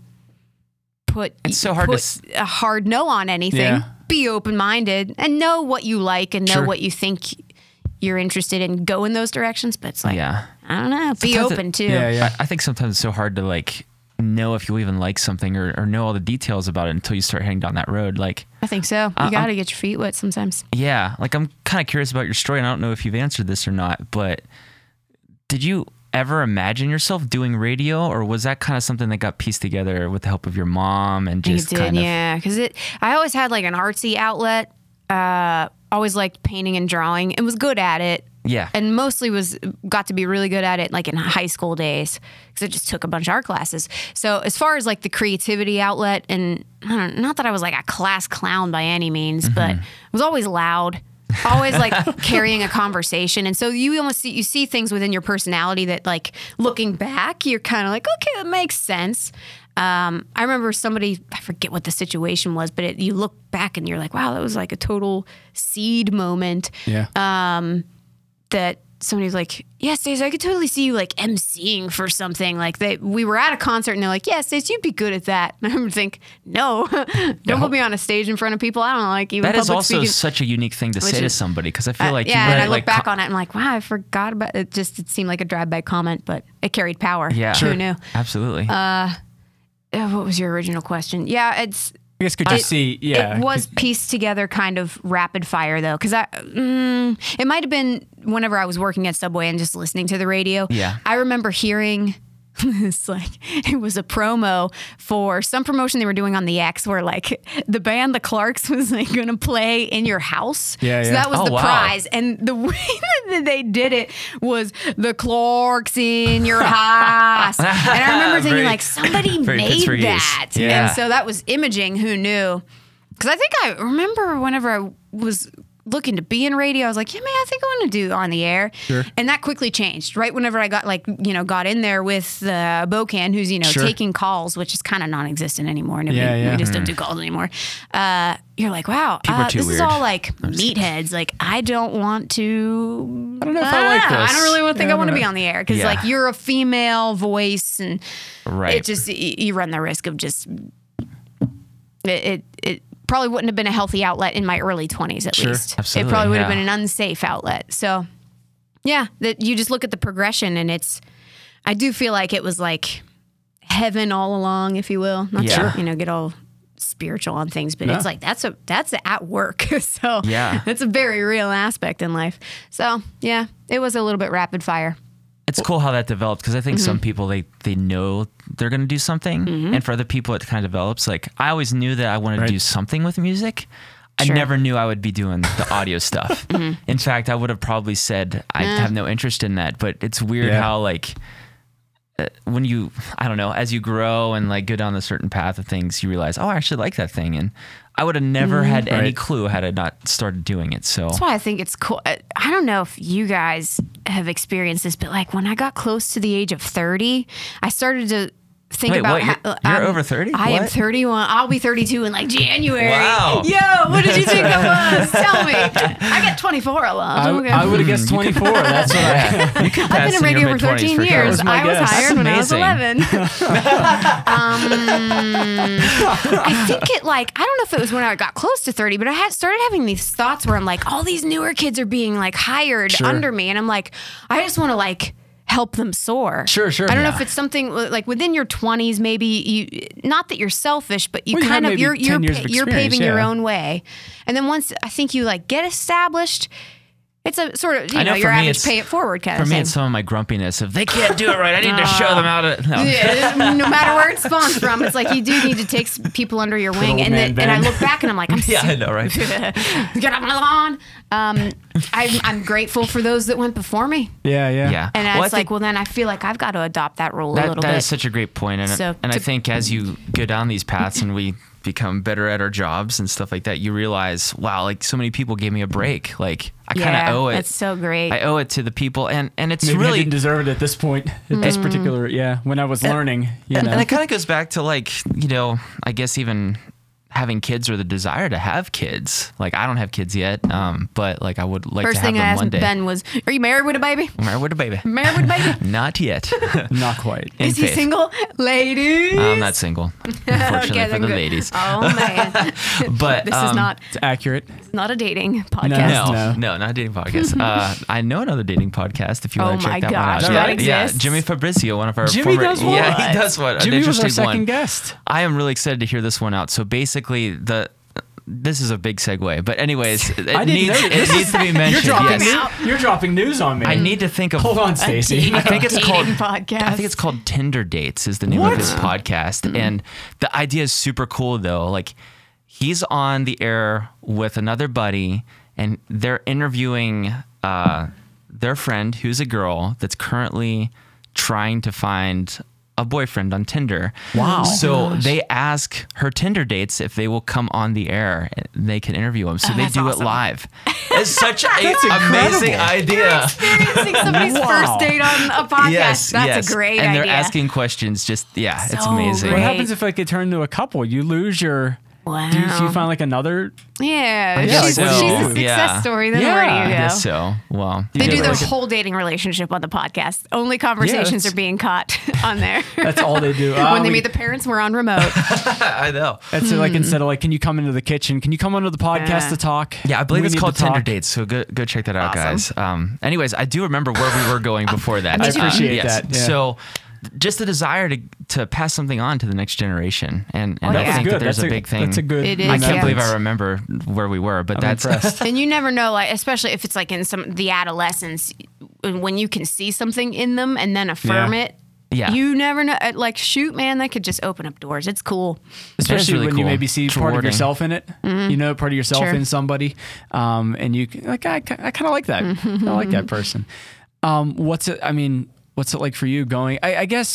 put It's so hard to put s- a hard no on anything. Yeah. Be open minded and know what you like and know Sure. what you think you're interested in. Go in those directions, but it's like Yeah. I don't know. Be Sometimes open it- too. yeah, yeah. I, I think sometimes it's so hard to like know if you even like something or, or know all the details about it until you start heading down that road. Like, I think so. You I'm- got to get your feet wet sometimes. yeah, like I'm kind of curious about your story, and I don't know if you've answered this or not, but did you ever imagine yourself doing radio, or was that kind of something that got pieced together with the help of your mom and You just did, kind of? yeah. Because it, I always had like an artsy outlet. Uh, always liked painting and drawing, and was good at it. Yeah. and mostly was got to be really good at it like in high school days because I just took a bunch of art classes. So as far as like the creativity outlet, and I don't, not that I was like a class clown by any means, but I was always loud, always like <laughs> carrying a conversation, and so you almost see, you see things within your personality that like looking back, you're kind of like okay, that makes sense. Um, I remember somebody, I forget what the situation was, but it, you look back and you're like, wow, that was like a total seed moment Yeah. Uh, that somebody was like, "Yeah, Stace, I could totally see you like emceeing for something." Like they, we were at a concert and they're like, "Yeah, Stace, you'd be good at that." <laughs> And I would think, "No, <laughs> don't put me on a stage in front of people. I don't like even That public is also speaking." such a unique thing to say to is- somebody because I feel like yeah, you and I wouldn't, look like, back co- on it. and I'm like, wow, I forgot about it. Just it seemed like a drive-by comment, but it carried power. yeah, who knew? Absolutely. Uh, what was your original question? Yeah, it's I guess could you see? Yeah. it was pieced together kind of rapid fire though, because I mm, it might have been whenever I was working at Subway and just listening to the radio. Yeah. I remember hearing. <laughs> It's like it was a promo for some promotion they were doing on the X, where like the band The Clarks <laughs> was like going to play in your house. Yeah, so yeah. that was Oh, the wow. prize, and the <laughs> way that they did it was The Clarks in <laughs> your house. and I remember thinking Very- like somebody very made Pittsburgh-ish. that, Yeah. and so that was imaging. Who knew? Because I think I remember whenever I was looking to be in radio, I was like, yeah, man, I think I want to do on the air. Sure. And that quickly changed. Right whenever I got like you know got in there with uh, Bocan, who's you know Sure. taking calls, which is kind of non-existent anymore. and Yeah, we, yeah. Mm-hmm. we just don't do calls anymore. Uh, you're like, wow, People are uh, too this is weird. all like meatheads. Like I don't want to. I don't know if I like Ah, this. I don't really want to think Yeah, I want to don't be know. on the air because Yeah. like you're a female voice and right. it just y- you run the risk of just it, it it probably wouldn't have been a healthy outlet in my early 20s at Sure. least Absolutely, it probably would have yeah. been an unsafe outlet so yeah that you just look at the progression and it's i do feel like it was like heaven all along if you will not Yeah. sure you know get all spiritual on things but No. it's like that's a that's at work <laughs> so Yeah. that's a very real aspect in life so yeah it was a little bit rapid fire it's cool how that developed because I think Mm-hmm. some people they they know they're gonna do something, and for other people it kind of develops. Like I always knew that I wanted Right. to do something with music. Sure. Mm-hmm. I never knew I would be doing the <laughs> audio stuff. In fact, I would have probably said I have no interest in that. But it's weird Yeah. how like uh, when you I don't know as you grow and like go down a certain path of things, you realize oh I actually like that thing, and I would have never had any Right. clue had I not started doing it. So Mm-hmm. That's why I think it's cool. I I don't know if you guys have experienced this, but like when I got close to the age of 30, I started to think Wait, about what? You're- how- you're I'm- over 30? I am What? 31. I'll be 32 in like January. Wow. Yo, what did you think <laughs> I was? Tell me. I got 24 alone. I, oh, Okay. I would have <laughs> guessed 24. That's what I. I've been in radio for 13 years. Oh my I was guess. That's hired when I was amazing. 11. <laughs> um, I think it like I don't know if it was when I got close to 30, but I had started having these thoughts where I'm like, all these newer kids are being like hired Sure. under me, and I'm like, I just want to like help them soar. Sure, sure. I don't know Yeah. if it's something like within your 20s, maybe you not that you're selfish, but you Well, you kind had of maybe you're you're 10 years pa- of you're paving experience, your yeah. own way, and then once I think you like get established. It's a sort of you I know know, for your me average it's- pay it forward kind For of me, thing. it's some of my grumpiness. If they can't do it right, I need to show <laughs> them how to. No. Oh. Yeah, no matter where it spawns from, it's like you do need to take s- people under your wing. old And, man the, and I Ben. look back and I'm like, I'm <laughs> <laughs> Yeah, I so- know, <laughs> right? get off my lawn. Um, I'm, I'm grateful for those that went before me. Yeah, yeah. Yeah. And Well, I it's like, think well, then I feel like I've got to adopt that role a that, little that bit. is such a great point, and So, and I to- think as you go down these paths and we become better at our jobs and stuff like that, you realize, wow, like so many people gave me a break. Like I kind of yeah, owe it. That's so great. I owe it to the people, and and it's Maybe I really Mm. didn't deserve it at this point. At this particular, yeah, when I was learning, you and, know. and it kind of goes back to like you know i guess even having kids or the desire to have kids. Like I don't have kids yet, um, but like I would like to First have thing I them one asked day. Ben was, "Are you married with a baby? Married with a baby? Married with a baby? Not <laughs> yet. Not quite. <laughs> In Is he faith. single, ladies? I'm not single, unfortunately <laughs> Okay, for then the good. ladies. <laughs> Oh man, But <laughs> this is um, not It's accurate. not a dating No, podcast. No. no, not a dating <laughs> podcast. uh, I know another dating podcast. If you want Oh to check my that gosh, one out, that yeah, yeah, exists? Jimmy Fabrizio, one of our Jimmy former, does one. yeah, he does one. An Jimmy was our interesting second one. guest. I am really excited to hear this one out. So basically, the this is a big segue, but anyways, it <laughs> I didn't needs know it needs to be <laughs> You're mentioned. dropping, yes. news, you're dropping news on me. I need to think of. Hold on, Stacy. I think it's dating called. podcast. I think it's called Tinder Dates is the name of his podcast, and the idea is super cool though. Like he's on the air with another buddy, and they're interviewing uh, their friend who's a girl that's currently trying to find a boyfriend on Tinder. Wow. Oh So they ask her Tinder dates if they will come on the air and they can interview him. So they Oh, that's do it awesome. <laughs> live. It's such an amazing incredible. idea. Experiencing somebody's Wow. first date on a podcast. Yes, That's yes. a great and idea. they're asking questions. Just yeah, it's So amazing. What great. happens if like they turn into a couple? You lose your. Wow. Do you, do you find like another? yeah, I she's, guess so. she's a success Yeah. story. Then Yeah, where do I you go? I guess so. Well, They you do know, <laughs> their like- whole dating relationship on the podcast. Only conversations that's- are being caught <laughs> on there. That's all <laughs> they do. Ah, when they we- meet the parents, we're on <laughs> remote. I know. That's it, like instead of like, can you come into the kitchen? Can you come onto the podcast Yeah. to talk? Hmm. Yeah, I believe We it's need called to talk. Tinder Dates. So go go check that out, guys. Awesome. Um, anyways, I do remember where we were going before <laughs> that. I appreciate that, yeah. So. Just the desire to to pass something on to the next generation, and, and Oh, I yeah. think Good. that there's that's a big thing. That's a good. It is, I can't Yeah. believe I remember where we were, but I'm that's impressed. and you never know, like, especially if it's like in some the adolescence, when you can see something in them and then affirm Yeah. it. <laughs> Yeah. You never know. uh, Like, shoot, man, that could just open up doors. It's cool. especially really when you cool. maybe see It's part of rewarding. yourself in it you know part of yourself Sure. in somebody um, and you like i, I kind of like that i like that person um, what's it i mean what's it like for you going i, I guess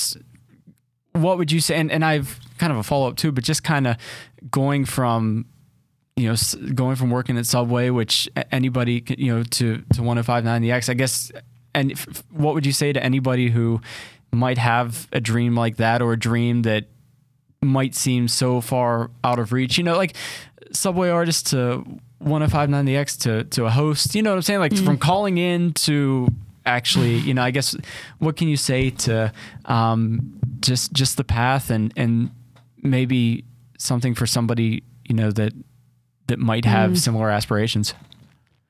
what would you say and, and i've kind of a follow-up too but just kind of going from you know s- going from working at subway which a- anybody c- you know to to 1059 the x i guess and f- f- what would you say to anybody who might have a dream like that or a dream that might seem so far out of reach. You know, like subway artist to 1059X to to a host. You know what I'm saying? Like from calling in to actually, you know, I guess what can you say to um, just just the path and and maybe something for somebody you know that that might have similar aspirations.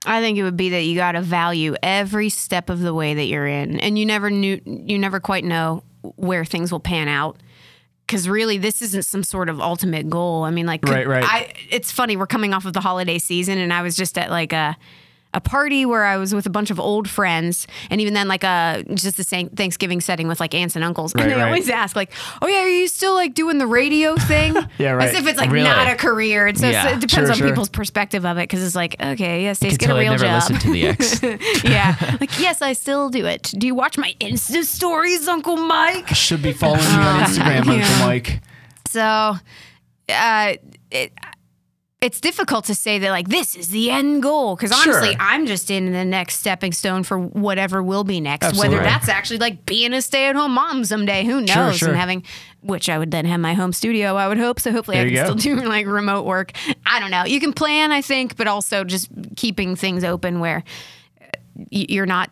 I think it would be that you got to value every step of the way that you're in, and you never knew, you never quite know where things will pan out. Because really, this isn't some sort of ultimate goal. I mean, like, could- Right, right. I, it's funny we're coming off of the holiday season, and I was just at like a a party where I was with a bunch of old friends, and even then, like a just the same Thanksgiving setting with like aunts and uncles, and Right, they right. always ask like, "Oh yeah, are you still like doing the radio thing?" <laughs> Yeah, right. As if it's like Really? not a career, and so, so Yeah. it depends Sure, on sure. people's perspective of it. Because it's like, okay, yes, I Stace, could get a tell I real never job. listened to the <laughs> X. yeah, like yes, I still do it. Do you watch my Insta stories, Uncle Mike? Should be following you on Instagram, Uncle Mike. So, uh, it, it's difficult to say that like this is the end goal because honestly, Sure. I'm just in the next stepping stone for whatever will be next. Absolutely. Whether that's actually like being a stay-at-home mom someday, who knows? Sure, sure. And having, which I would then have my home studio. I would hope so. Hopefully, There I you can go. still do <laughs> like remote work. I don't know. You can plan, I think, but also just keeping things open where y- you're not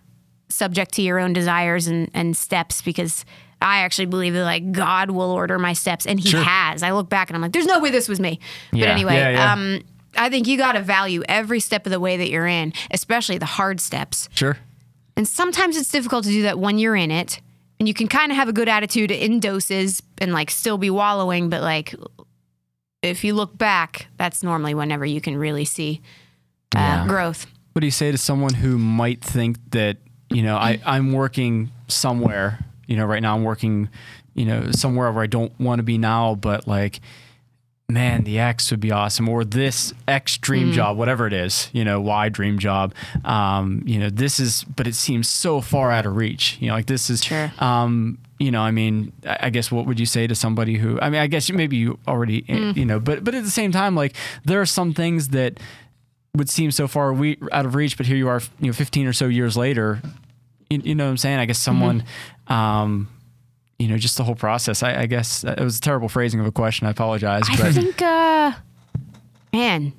subject to your own desires and, and steps because I actually believe that like God will order my steps and he has. I look back and I'm like, there's no way this was me. But Yeah. anyway, Yeah, yeah. um I think you got to value every step of the way that you're in, especially the hard steps. Sure. And sometimes it's difficult to do that when you're in it. And you can kind of have a good attitude in doses and like still be wallowing, but like if you look back, that's normally whenever you can really see uh, growth. What do you say to someone who might think that, you know, I, I'm working somewhere, you know, right now I'm working, you know, somewhere where I don't want to be now, but like, man, the X would be awesome, or this X dream job, whatever it is, you know, Y dream job. Um, you know, this is, but it seems so far out of reach. You know, like this is, Sure. um, you know, I mean, I I guess what would you say to somebody who, I mean, I guess you- maybe you already, eh, you know, but but at the same time, like there are some things that would seem so far we, out of reach, but here you are, you know, 15 or so years later. You, you know what I'm saying? I guess Mm-hmm. someone, um, you know, just the whole process. I, I guess that- it was a terrible phrasing of a question. I apologize, I but think uh, man,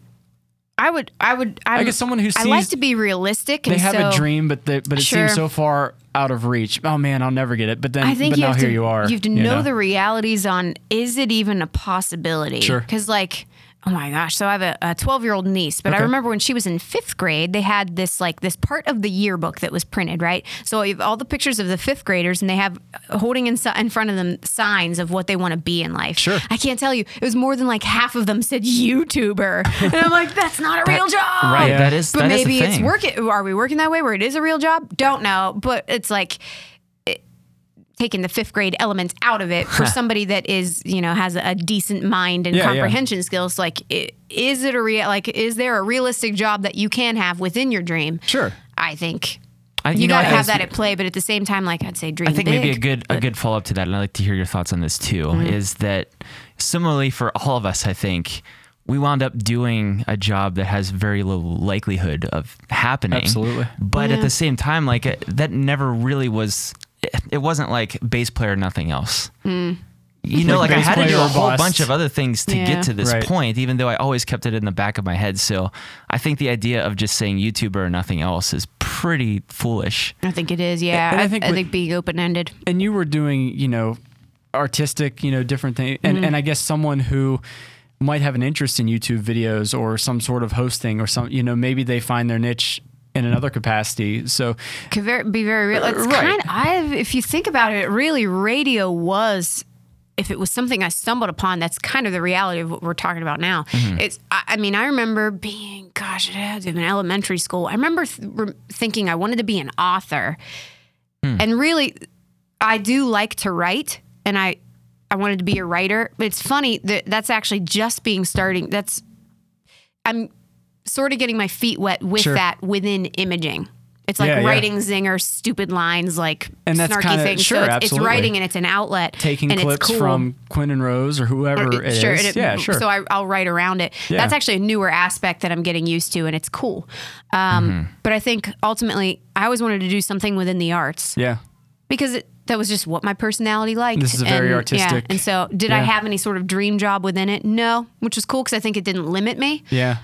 I would, I would, I'm, I guess someone who I like sees- to be realistic. They and have so a dream, but they, but it Sure. seems so far out of reach. Oh man, I'll never get it. But then, I think but you now have here to, you are. have to you know, the realities on is it even a possibility? Sure. Because like. Oh my gosh! So I have a- a twelve-year-old niece, but I Okay. remember when she was in fifth grade, they had this like this part of the yearbook that was printed, right? So you have all the pictures of the fifth graders, and they have uh, holding in, si- in front of them signs of what they want to be in life. Sure. I can't tell you; it was more than like half of them said YouTuber, <laughs> and I'm like, that's not a real job, Right. Yeah. That is. but that is the maybe it's thing. working. Are we working that way where it is a real job? Don't know. But it's like it- taking the fifth grade elements out of it <laughs> for somebody that is, you know, has a decent mind and Yeah, yeah. comprehension skills. Like, i- is it a real, like, is there a realistic job that you can have within your dream? Sure. I think I- you, know got to what? have that at play, but at the same time, like, I'd say dream I think big. Mm-hmm. maybe a good a good follow up to that, and I'd like to hear your thoughts on this too. Is that similarly for all of us? I think we wound up doing a job that has very low likelihood of happening. Absolutely. but at the same time, like it- that never really was. it- It wasn't like bass player, nothing else. Mm. You know, Like like, I bass had to do player a or whole bust. bunch of other things to Yeah. get to this Right. point, even though I always kept it in the back of my head. So I think the idea of just saying YouTuber or nothing else is pretty foolish. I think it is. Yeah. And I, I I think, think with- being open ended. and you were doing you know artistic you know different things Mm-hmm. and, and i guess someone who might have an interest in youtube videos or some sort of hosting or some you know maybe they find their niche in another capacity so could ver- be very real. It's Right. kind of, I've, if you think about it, really, radio was, if it was something I stumbled upon, that's kind of the reality of what we're talking about now. Mm-hmm. It's, I, I mean, I remember being, gosh, it had to have been elementary school. I remember th- re- thinking I wanted to be an author. Hmm. And really, I do like to write, and I, I wanted to be a writer. But it's funny that that's actually just being starting. That's, I'm sort of getting my feet wet with Sure. that within imaging. It's like Yeah, yeah. writing zinger, stupid lines, like And that's snarky kinda- things. sure, so it's, it's absolutely. writing and it's an outlet. taking and clips it's cool. from quinn and rose or whoever it is sure, and it- yeah sure So I, I'll write around it. Yeah. That's actually a newer aspect that I'm getting used to, and it's cool. Um, Mm-hmm. But I think ultimately, I always wanted to do something within the arts yeah because it, that was just what my personality liked. This is a very and, Yeah, artistic- and so, did I yeah. have any sort of dream job within it? No, which was cool because I think it didn't limit me. yeah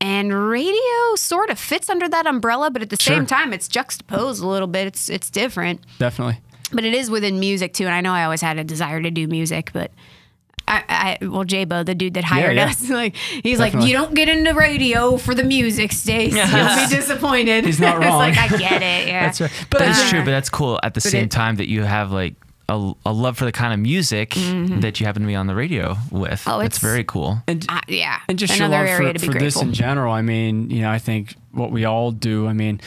and radio sort of fits under that umbrella but at the Sure. same time it's juxtaposed a little bit it's it's different definitely but it is within music too and i know i always had a desire to do music but I, I well Jabo, the dude that hired yeah. us, <laughs> like he's like, Definitely. you don't get into radio for the music, Stace. You'll be disappointed. He's <laughs> not wrong. like I get it. Yeah, that's right but That's Yeah. true, but that's cool at the same it- time that you have like a, a love for the kind of music that you happen to be on the radio with. Mm-hmm. Oh, it's, it's- very cool. Uh, yeah. and just another your love area for, to be for this grateful. in general. I mean, you know, I think what we all do. I mean,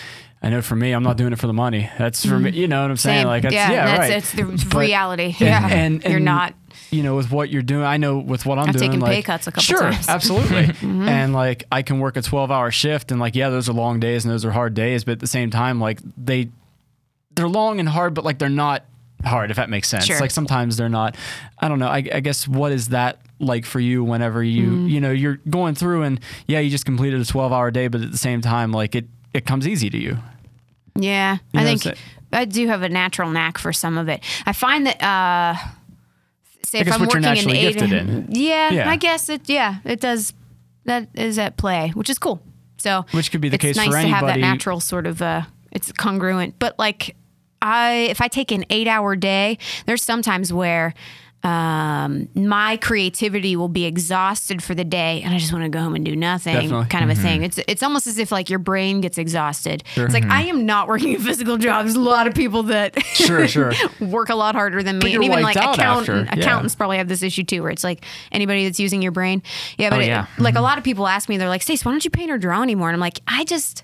I know for me, I'm not doing it for the money. That's for me. You know what I'm saying? Mm-hmm. Same. Like, that's, yeah, yeah, that's, right. It's the But- reality. and- yeah, and, and you're not. You know, with what you're doing, I know with what I'm I've doing. taken like, pay cuts a couple sure, times. <laughs> Mm-hmm. absolutely. And like, I can work a 12 hour shift, and like, yeah, those are long days and those are hard days, but at the same time, like, they they're long and hard, but like they're not hard, if that makes sense. Sure. Like sometimes they're not. I don't know. I, I guess what is that like for you whenever you Mm. you know you're going through and yeah, you just completed a 12 hour day, but at the same time, like it it comes easy to you. Yeah, I know, think it's I do have a natural knack for some of it. I find that, uh, say, if guess I'm what you're working in naturally eight, gifted in. yeah, Yeah. I guess it. Yeah, it does. That is at play, which is cool. So, Which could be the it's case nice for to have that anybody. natural sort of. Uh, it's congruent, but like, I if I take an eight-hour day, there's sometimes where. Um, my creativity will be exhausted for the day, and I just want to go home and do nothing, Definitely. kind of a Mm-hmm. thing. It's it's almost as if like your brain gets exhausted. It's like I am not working a physical job. There's a lot of <laughs> people that Sure, sure. work a lot harder than me. you're and even like wiped out accountant, after, yeah. accountants probably have this issue too, where it's like anybody that's using your brain. Yeah, but Oh, it- yeah. like a lot of people ask me, they're like, Stace, why don't you paint or draw anymore? And I'm like, I just.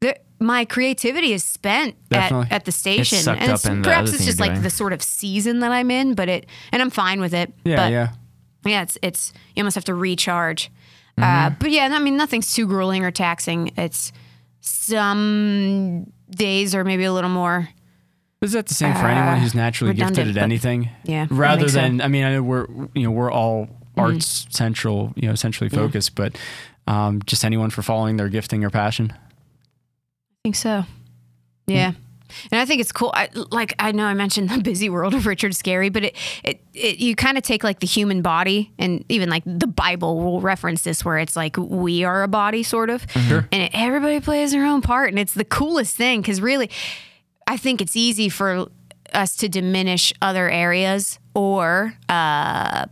there- My creativity is spent at, Definitely. at the station, sucked and up it's, in the perhaps other it's thing just you're like doing. the sort of season that I'm in. But it, and I'm fine with it. <laughs> Yeah, but yeah. yeah, it's it's you almost have to recharge. Uh, but yeah, I mean, nothing's too grueling or taxing. It's some days or maybe a little more. Is that the same for anyone who's naturally gifted Uh, redundant, at but- anything? Yeah, I Rather think so. than, I mean, I know we're you know we're all Mm-hmm. arts central, you know, centrally focused, but um, just anyone for following their gifting or passion. I think so. Yeah, And I think it's cool. I, like I know I mentioned <laughs> the busy world of Richard Scarry, but it, it, it you kind of take like the human body and even like the Bible will reference this where it's like we are a body sort of, and it, everybody plays their own part, and it's the coolest thing because really, I think it's easy for us to diminish other areas or uh,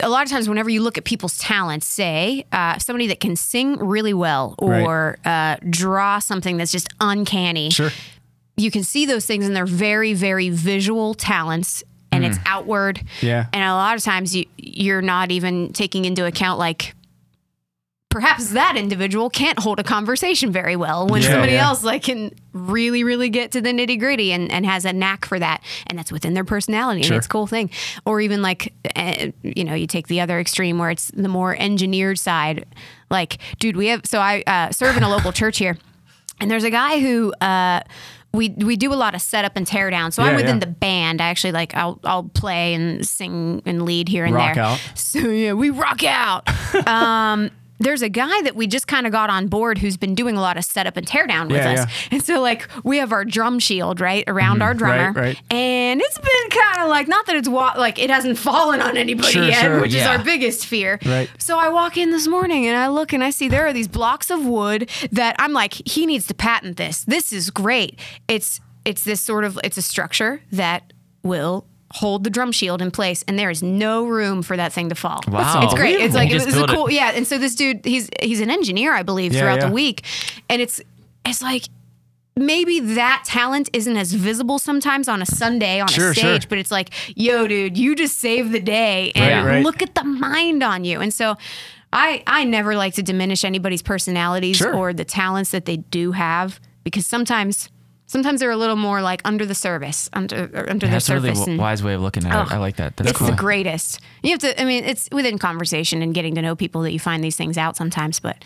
a lot of times whenever you look at people's talents say uh, somebody that can sing really well or uh, draw something that's just uncanny Sure. you can see those things and they're very very visual talents and it's outward Hmm. Yeah. and a lot of times you you're not even taking into account like perhaps that individual can't hold a conversation very well when Yeah, somebody yeah. else like can really really get to the nitty gritty and, and has a knack for that and that's within their personality Sure. and it's a cool thing or even like eh, you know you take the other extreme where it's the more engineered side like dude we have so i uh, serve in a local church here and there's a guy who uh, we we do a lot of setup and tear down. So Yeah, I'm within yeah. the band. I actually like I'll I'll play and sing and lead here and Rock there. out. So yeah, we rock <laughs> out. um, there's a guy that we just kind of got on board who's been doing a lot of setup and tear down with Yeah, us. yeah. Mm-hmm. And so like we have our drum shield right around our drummer, right. and it's been kind of like not that it's wa- like it hasn't fallen on anybody Sure, yet, sure. which is Yeah. our biggest fear. Right. So I walk in this morning and I look and I see there are these blocks of wood that I'm like, he needs to patent this. This is great. It's it's this sort of it's a structure that will hold the drum shield in place and there is no room for that thing to fall. Wow. It's great. It's like You it just was a build it. cool yeah. And so this dude, he's he's an engineer, I believe, Yeah, throughout yeah. the week. And it's it's like maybe that talent isn't as visible sometimes on a Sunday on Sure, a stage, sure. but it's like, yo, dude, you just saved the day and Right, right. look at the mind on you. And so I I never like to diminish anybody's personalities Sure. or the talents that they do have because sometimes sometimes they're a little more like under the service, under or under the That's a really surface. w- and wise way of looking at it. I like that. That's it's cool. the greatest. You have to I mean, it's within conversation and getting to know people that you find these things out sometimes, but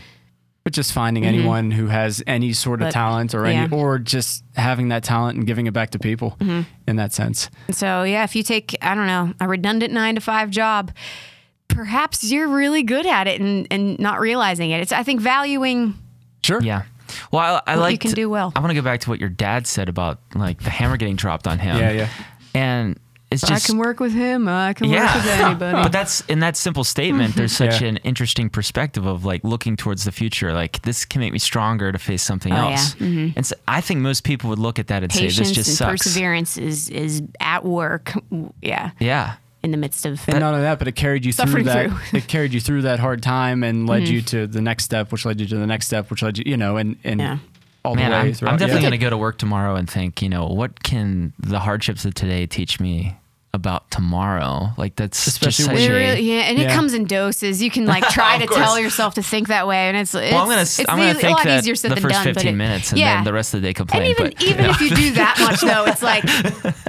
But just finding anyone who has any sort of Mm-hmm. But- talent or any, yeah. Mm-hmm. or just having that talent and giving it back to people in that sense. So yeah, if you take I don't know a redundant nine to five job, perhaps you're really good at it and and not realizing it. It's I think valuing. Sure. Yeah. Well, I, I like can do well. I want to go back to what your dad said about like the hammer getting dropped on him. Yeah, yeah. And it's just work with him. I can yeah. <laughs> but that's in that simple statement. There's such <laughs> Yeah. an interesting perspective of like looking towards the future. Like this can make me stronger to face something Oh, yeah. Mm-hmm. else. And so I think most people would look at that and say Patience this and just sucks. perseverance is is at work. Yeah, Yeah. in the midst of And not only that, but it carried you through Suffering that. through. Mm-hmm. it carried you through that hard time and led you to the next step, which led you to the next step, which led you, you know, and and Yeah. all Man, the way I'm, I'm throughout. definitely yeah. going to go to work tomorrow and think, you know, what can the hardships of today teach me about tomorrow? Like that's Especially just when such It a- really- yeah, and it Yeah. comes in doses. You can <laughs> like try Of to course. tell yourself to think that way, and it's it's, well, I'm gonna it's I'm the- gonna a think lot that easier said the than first done. 15 but it- minutes, and yeah. then the rest of the day complain. And even but, even if you do that <laughs> much though, it's like,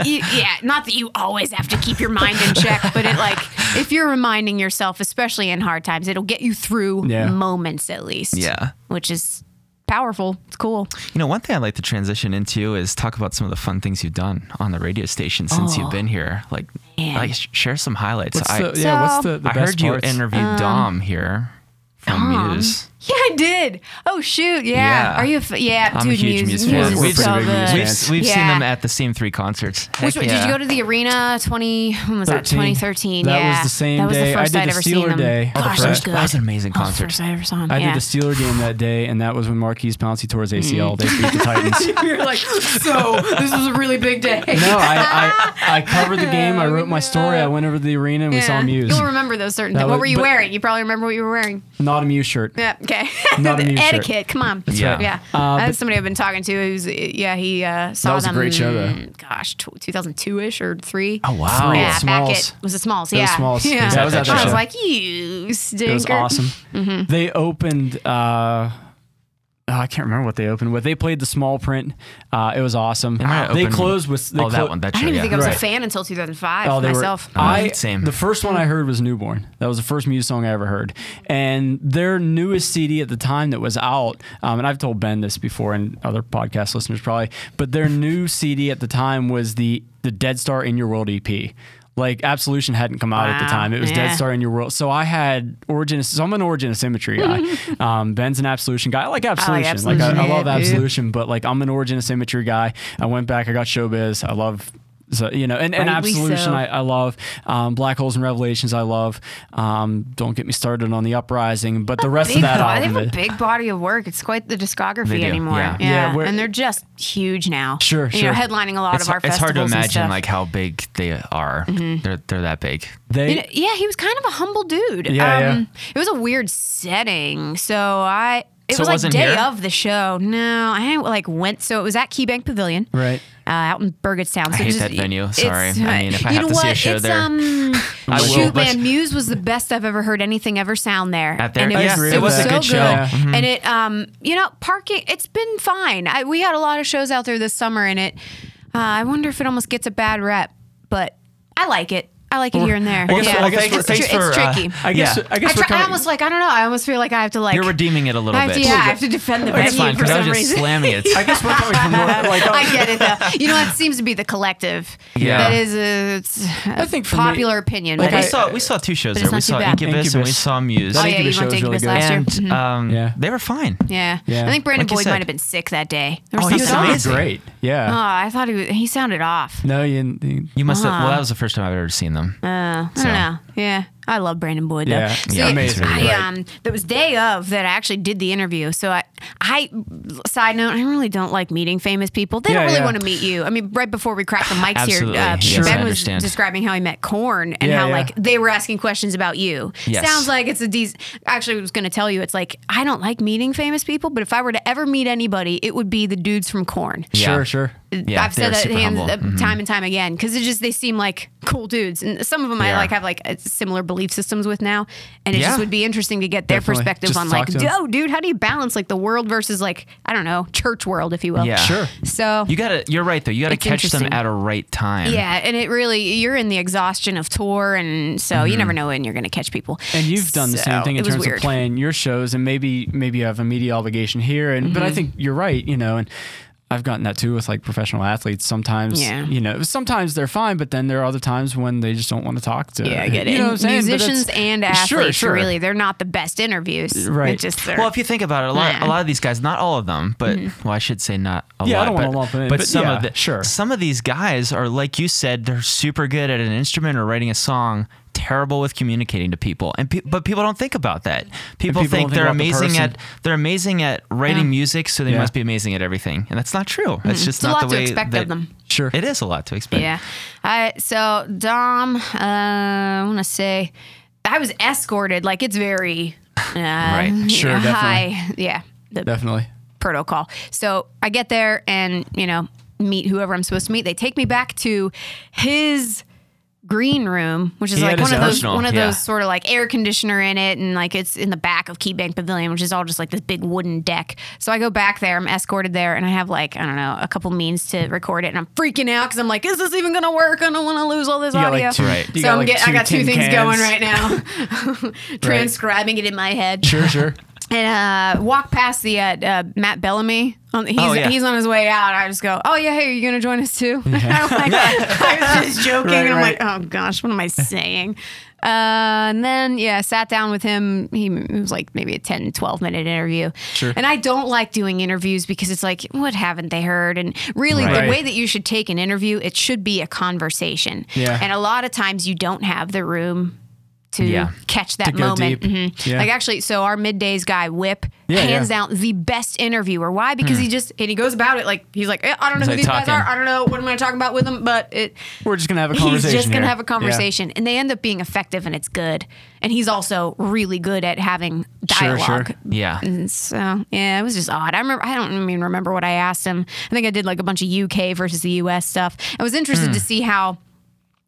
you, yeah, not that you always have to keep your mind in check, but it like if you're reminding yourself, especially in hard times, it'll get you through Yeah. moments at least. Yeah. which is powerful. It's cool. You know, one thing I'd like to transition into is talk about some of the fun things you've done on the radio station since you've been here. Like, Oh, Man. like sh- share some highlights. What's I, the, yeah, what's So- the, the I best heard you parts? interviewed Dom here from Um, Dom? Muse. Yeah, I did. Oh shoot, yeah. Yeah. Are you? A f- yeah, I'm a dude. huge Muse, Muse fan. Muse is We're so pretty big Muse good. We've, Yes. we've seen Yeah. them at the same three concerts. Which Heck one, yeah. Did you go to the arena? Twenty? When was that? 13. Twenty thirteen. That yeah. was the same that was day. The I first did I'd the ever Steeler seen them. day. Oh, the Gosh, that was first- good. that was an amazing That was concert. the first I ever saw him. I yeah. Mm-hmm. did <laughs> the Steeler game that day, and that was when Marquise Pouncey tore his ACL. They beat the <laughs> Titans. <laughs> You're like, so this was a really big day. No, I, <laughs> I, I covered the game. Oh I wrote my story. I went over to the arena and we saw Muse. You'll remember those certain That things. was- What were you but- wearing? You probably remember what you were wearing. Not a Muse shirt. Yeah. Okay. <laughs> Not a new shirt. Etiquette. Come on. Yeah. right. Yeah. Uh, I but- had somebody I've been talking to who's yeah he uh, saw was a them. great show, though. Gosh, two thousand two ish or three. Oh, wow. Yeah, Three. back Smalls. at was it Smalls? was Yeah. Smalls. It Yeah. was at that I show. was like, you stinker. It was awesome. Mm-hmm. They opened. Uh, oh, I can't remember what they opened with. They played the small print. Uh, it was awesome. might They open- closed with. They oh, that clo- one. That I show, didn't even yeah. think I was Right. a fan until 2005 Oh, they myself. Were, I, same. The first one I heard was Newborn. That was the first Muse song I ever heard. And their newest CD at the time that was out, um, and I've told Ben this before and other podcast listeners probably, but their new CD at the time was the the Dead Star in Your World EP. Like Absolution hadn't come out at the Wow, time. It was yeah. Dead Star in Your World. So I had Origin. So I'm an Origin of Symmetry <laughs> guy. um, Ben's an Absolution guy. I like Absolution. Like, Absolution. I, I love Yeah, dude. Absolution, but like I'm an Origin of Symmetry guy. I went back. I got Showbiz. I love. So, you know, and, and Rightly Absolution, so. I, I love um, Black Holes and Revelations. I love. Um, don't get me started on the Uprising, but the rest of Big that bo- they album. have a is- big body of work. It's quite the discography They do, anymore. yeah. Yeah, Yeah, we're- and they're just huge now. Sure, you sure. know, headlining a lot It's, of our it's festivals hard to and imagine stuff. Mm-hmm. like how big they are. They're they're that big. they, You know, yeah, he was kind of a humble dude. Um, Yeah, yeah. It was a weird setting. So I, it So was it like wasn't day here? of the show. No, I like went. So it was at KeyBank Pavilion. Right. Uh, out in Burgettstown. So hate just, that venue. it's- Sorry. I mean, if I you have know to what? see a show it's, there, um, <laughs> I will. shoot, Let's- man, Muse was the best I've ever heard anything ever sound there. At their- and it I was, agree it with was that. so Good good. show. Yeah. Mm-hmm. And it, um, you know, parking. It's been fine. I, we had a lot of shows out there this summer, and it. Uh, I wonder if it almost gets a bad rep, but I like it. I like it here and there. I guess- yeah. I guess it's, we're- tri- thanks for, it's uh, tricky. I guess. Yeah. I I, guess try, we're I kinda- almost like I don't know. I almost feel like I have to like. You're redeeming it a little I have bit. to, yeah, I have to defend the venue It's fine for because I was some just reason. slamming <laughs> it. I guess we're coming from more, like oh, I get it though. You know, <laughs> it seems to be the collective. Yeah. that is a, it's a think for me- popular opinion. like but we I- it's- saw we saw two shows but there. it's We not too saw bad. Incubus, and we Incubus. saw Muse, oh I yeah, think you the show's went to Incubus really good. last year. and Mhm. um, Yeah. they were fine. Yeah. Yeah. I think Brandon Like you Boyd said. might have been sick that day. There Oh, was he something was on. amazing. great. Oh, Yeah. I thought he was, he sounded off. no, you. didn't- You must have. Uh-huh. Well, that was the first time I've ever seen them. Uh, I So. don't know. Yeah. I love Brandon Boyd though. Yeah. Yeah, amazing. I, Right. um, that was day of that I actually did the interview. So I, I, side note, I really don't like meeting famous people. They Yeah, don't really yeah. want to meet you. I mean, right before we cracked the mics Absolutely. here, uh, Yes, I Ben was understand. describing how he met Corn and Yeah, how yeah. like they were asking questions about you. Yes. Sounds like it's a decent. Actually, I was going to tell you, it's like I don't like meeting famous people, but if I were to ever meet anybody, it would be the dudes from Corn. Yeah. Sure. Sure. Yeah, I've said they're that super hands, humble. uh, Mm-hmm. time and time again because it just they seem like cool dudes, and some of them They I are. like have like uh, similar belief systems with now, and it Yeah. just would be interesting to get their Definitely. perspectives Just on to like, talk to 'em. oh, dude, how do you balance like the world versus like I don't know church world, if you will. Yeah. Sure. So You gotta. You're right though. You gotta It's catch them interesting. at a right time. yeah, and it really you're in the exhaustion of tour, and so you never know when you're going to catch people. Mm-hmm. And you've done the same So, thing in it was terms weird. of playing your shows, and maybe maybe you have a media obligation here, and Mm-hmm. but I think you're right, you know, and I've gotten that too with like professional athletes. Sometimes, Yeah. you know, sometimes they're fine, but then there are other times when they just don't want to talk to. Yeah, I get it. You know what I'm And saying? But Musicians it's- and athletes Sure, sure. really they're not the best interviews. Right. It's just they're- Well, if you think about it, a lot, Yeah. Mm-hmm. a lot of these guys, not all of them, but well, I should say not a Yeah, I lot. don't but, wanna lump 'em in, but but some yeah, of the sure. some of these guys are like you said, they're super good at an instrument or writing a song, terrible with communicating to people, and pe- but people don't think about that. People, people don't think think they're about the amazing person. at they're amazing at writing Yeah. music, so they Yeah. must be amazing at everything, and that's not true. That's just It's a not lot the to way expect that, of them. Sure. It is a lot to expect. Yeah. I so Dom, uh, I want to say I was escorted. Like it's very uh, right. Sure, high. Yeah. The Definitely. protocol. So I get there and you know meet whoever I'm supposed to meet. They take me back to his green room, which is He like had one his of those personal, one of yeah. those sort of like air conditioner in it, and like it's in the back of KeyBank Pavilion, which is all just like this big wooden deck. So I go back there, I'm escorted there, and I have like I don't know a couple means to record it, and I'm freaking out because I'm like, is this even gonna work? I don't want to lose all this You got, like, audio. two- Right. you So got, I'm like, getting, two I got two tin things cans. going right <laughs> now, <laughs> transcribing it in my head Sure. <laughs> Sure. and uh, walk past the uh, uh, Matt Bellamy. On, he's, Oh, yeah. he's on his way out. I just go, oh yeah, hey, are you gonna join us too? <laughs> I'm like, <laughs> I <laughs> was just joking. Right, and I'm right. like, oh gosh, what am I saying? Uh, and then yeah, sat down with him. He it was like maybe a 10, 12 minute interview. Sure. And I don't like doing interviews because it's like, what haven't they heard? And really, Right. the way that you should take an interview, it should be a conversation. Yeah. And a lot of times you don't have the room to Yeah. catch that To go moment. deep. Mhm. Yeah. Like actually, so our middays guy Whip Yeah, Hmm. hands yeah. down the best interviewer. Why? Because he just and he goes about it like he's like, "Eh, I don't know He's who like these talking. guys are. I don't know what am I talking about with them, but it. We're just gonna have a He's conversation. just gonna here. have a conversation, and they end up being effective, and it's good. And he's also really good at having Sure, dialogue. sure. Yeah. Yeah. And so yeah, it was just odd. I remember I don't even remember what I asked him. I think I did like a bunch of UK versus the US stuff. I was interested to see how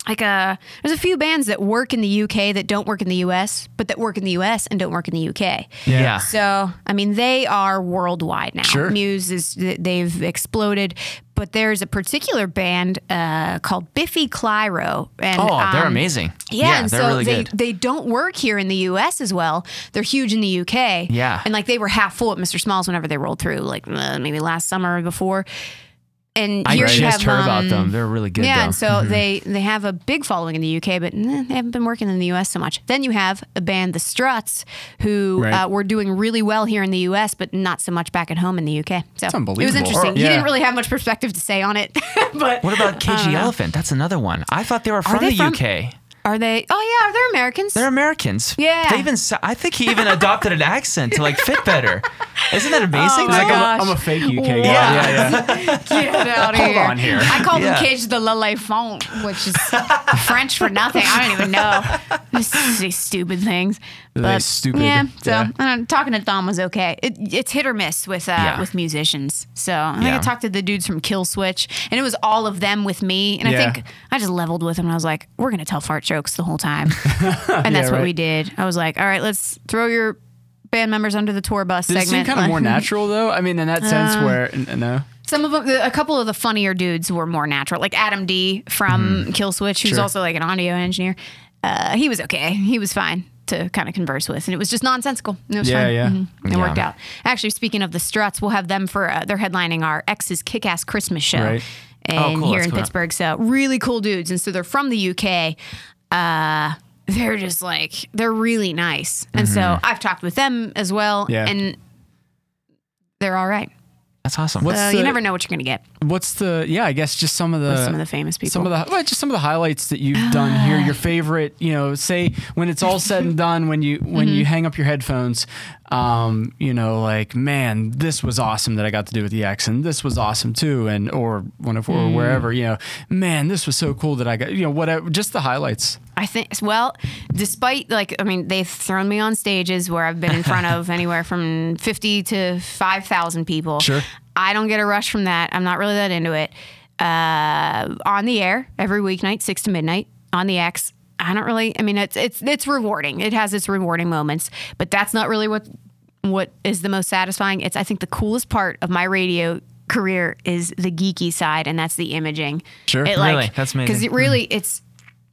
like uh there's a few bands that work in the UK that don't work in the US, but that work in the US and don't work in the UK. Yeah. Yeah. So, I mean, they are worldwide now. Sure. Muse is they've exploded, but there's a particular band uh, called Biffy Clyro, and Oh, they're um, amazing. Yeah, and they're so really they good. they don't work here in the U.S. as well. They're huge in the U.K. Yeah. and like they were half full at Mr. Smalls whenever they rolled through, like uh, maybe last summer or before. and I here just you have heard about um, them. They're really good. yeah, though. Mm-hmm. and so they they have a big following in the UK, but eh, they haven't been working in the US so much. Then you have a band, the Struts, who Right. uh, were doing really well here in the US, but not so much back at home in the UK. So It's it was unbelievable. interesting. Or- He yeah. didn't really have much perspective to say on it, <laughs> but what about KG Elephant? That's another one. I thought they were from they the from- UK. are they? Oh yeah, are they Americans? They're Americans. Yeah. They even. s- I think he even adopted an accent to like fit better. Isn't that amazing? Oh my Like, I'm, God. a, I'm a fake UK guy. Yeah. yeah, yeah. Get out of here. on here. I call Yeah. them Cage the Lele Font, which is French for nothing. I don't even know. Just say stupid things. They But, stupid, Yeah. So yeah. I don't know, talking to Dom was okay. It, it's hit or miss with uh, Yeah. with musicians. So I think Yeah. I talked to the dudes from Kill Switch, and it was all of them with me. And Yeah. I think I just leveled with them. And I was like, we're gonna tell fart jokes the whole <laughs> time, and that's what right. we did. I was like, all right, let's throw your band members under the tour bus Did it seem segment. Uh. kind of <laughs> more natural though? I mean, in that sense, where n- no, Some of them, a couple of the funnier dudes were more natural, like Adam D from Kill Switch, who's Mm-hmm. Sure. also like an audio engineer. Uh, he was okay. He was fine to kind of converse with, and it was just nonsensical. And It was Yeah, fine. yeah. Mhm. It Yeah. worked out. Actually, speaking of the Struts, we'll have them for uh, they're headlining our X's Kick Ass Christmas show, Right. Oh, and cool. here That's in coming up. Pittsburgh. So really cool dudes, and so they're from the UK they're just like they're really nice and so i've talked with them as well Mm-hmm. Yeah. and they're all right that's awesome. What's- so So- you never know what you're gonna get what's the? Yeah, I guess just some of the with some of the famous people Uh, Some of the well, just some of the highlights that you've done here. <sighs> Your favorite, you know, say when it's all said and done, when you when you hang up your headphones, um, you know, like man, this was awesome that I got to do with the X, and this was awesome too, and or one of or wherever, you know, man, this was so cool that I got, you know, whatever, just the highlights. I think well, despite like I mean they've thrown me on stages where I've been in front <laughs> of anywhere from 50 to 5,000 people. Sure. I don't get a rush from that. I'm not really that into it. Uh, on the air every weeknight 6 to midnight on the X. I don't really I mean it's it's it's rewarding. It has its rewarding moments, but that's not really what what is the most satisfying. It's I think the coolest part of my radio career is the geeky side and that's the imaging. Sure. It, Really? That's amazing. Mm. Cuz it really it's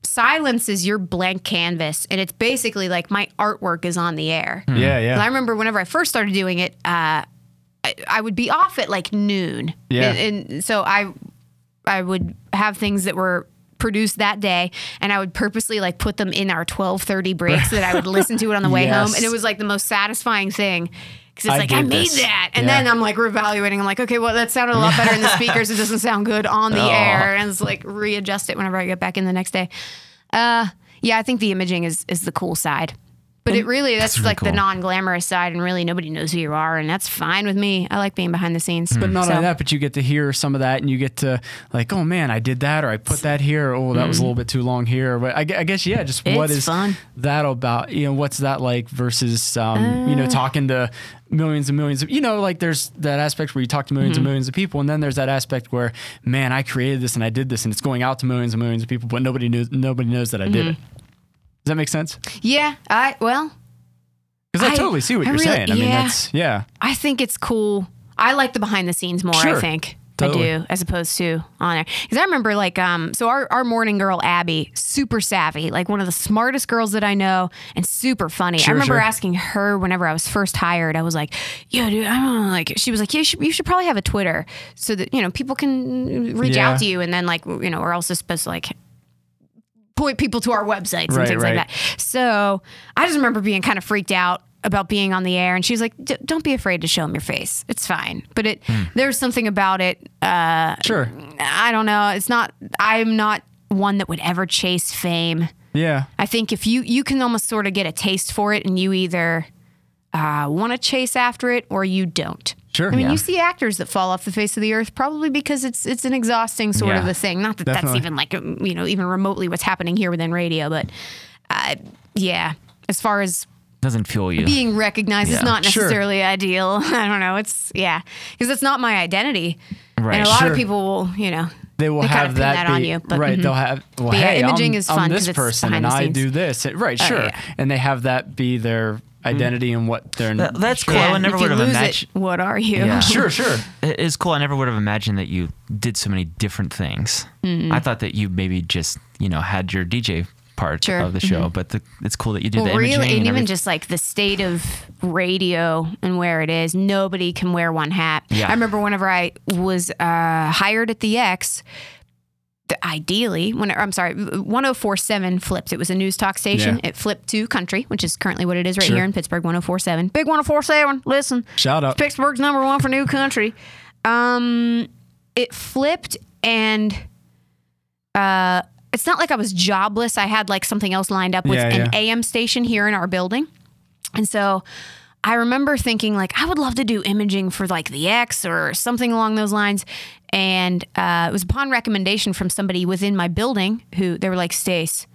silence is your blank canvas and it's basically like my artwork is on the air Yeah, Hmm. yeah. And i remember whenever i first started doing it uh, I, I would be off at like noon Yeah. and, and so i i would have things that were produced that day and i would purposely like put them in our 1230 breaks so that i <laughs> would listen to it on the way Yes. home and it was like the most satisfying thing because it's I like i did made this. that and Yeah. then i'm like reevaluating i'm like okay well that sounded a lot better in <laughs> the speakers it doesn't sound good on Oh. the air and it's like readjust it whenever i get back in the next day uh, yeah, I think the imaging is is the cool side. But it really that's, Oh, really like cool. the non-glamorous side and really nobody knows who you are and that's fine with me. I like being behind the scenes. But not So- only that, but you get to hear some of that, and you get to like, oh man, I did that, or I put that here, or oh that was a little bit too long here. But I, gu- I guess yeah, just what Mm-hmm. It's is fun. that about? You know, what's that like versus um, you Uh. know talking to millions and millions of you know like there's that aspect where you talk to 1000000s Mm-hmm. and millions of people, and then there's that aspect where man, I created this and I did this, and it's going out to millions and millions of people, but nobody knows nobody knows that I did it. Mm-hmm. Does that make sense? Yeah, I well, Because I, I- totally see what I you're really- saying. I mean, yeah. that's yeah. I think it's cool. I like the behind the scenes more, Sure. I think. Totally. I do, as opposed to on air. Because I remember, like, um, so our, our morning girl, Abby, super savvy, like one of the smartest girls that I know and super funny. I remember sure. asking her whenever I was first hired, I was like, yo, dude, I don't know. Like, she was like, yeah, you should, you should probably have a Twitter so that, you know, people can reach Yeah. out to you. And then, like, you know, we're also supposed to, like, point people to our websites Right, and things right. like that. So I just remember being kind of freaked out about being on the air, and she was like, "D- "Don't be afraid to show them your face. It's fine." But it Hmm. there's something about it. Uh, Sure. I don't know. It's not. I'm not one that would ever chase fame. Yeah. I think if you you can almost sort of get a taste for it, and you either uh, want to chase after it or you don't. Sure. I mean, Yeah. you see actors that fall off the face of the earth probably because it's it's an exhausting sort of Yeah. a thing. Not that Definitely. that's even like um, you know even remotely what's happening here within radio, but uh, yeah, as far as doesn't fuel you. being recognized is Yeah. not Sure. necessarily ideal. <laughs> I don't know. It's yeah, because that's not my identity. Right. And a lot Sure. of people will you know they will they have kind of pin that, that on be- you, but right? mhm. They'll have well, But yeah, hey, imaging I'm, is I'm fun this 'cause it's person behind and the I scenes. do this, It- right? Sure, yeah. and they have that be their identity and what they're. That- that's cool. Yeah, I and never if you would have lose imagined. it, what are you? <laughs> Yeah. <laughs> Sure, sure. It is cool. I never would have imagined that you did so many different things. I thought that you maybe just you know had your DJ part Sure. Mm-hmm. of the show, but the, it's cool that you did Well, the imaging. really, and and even everything. just like the state of radio and where it is, nobody can wear one hat. Yeah. I remember whenever I was uh, hired at the X, the, ideally, when I'm sorry, 1047 flipped. It was a news talk station. Yeah. It flipped to country, which is currently what it is right Sure. here in Pittsburgh, 1047. Big 1047, listen. Shout out. Pittsburgh's number one for new country. Um, it flipped, and uh, it's not like I was jobless. I had like something else lined up with Yeah, an yeah. AM station here in our building, and so I remember thinking like I would love to do imaging for like the X or something along those lines. And uh, it was upon recommendation from somebody within my building who they were like, "Stace,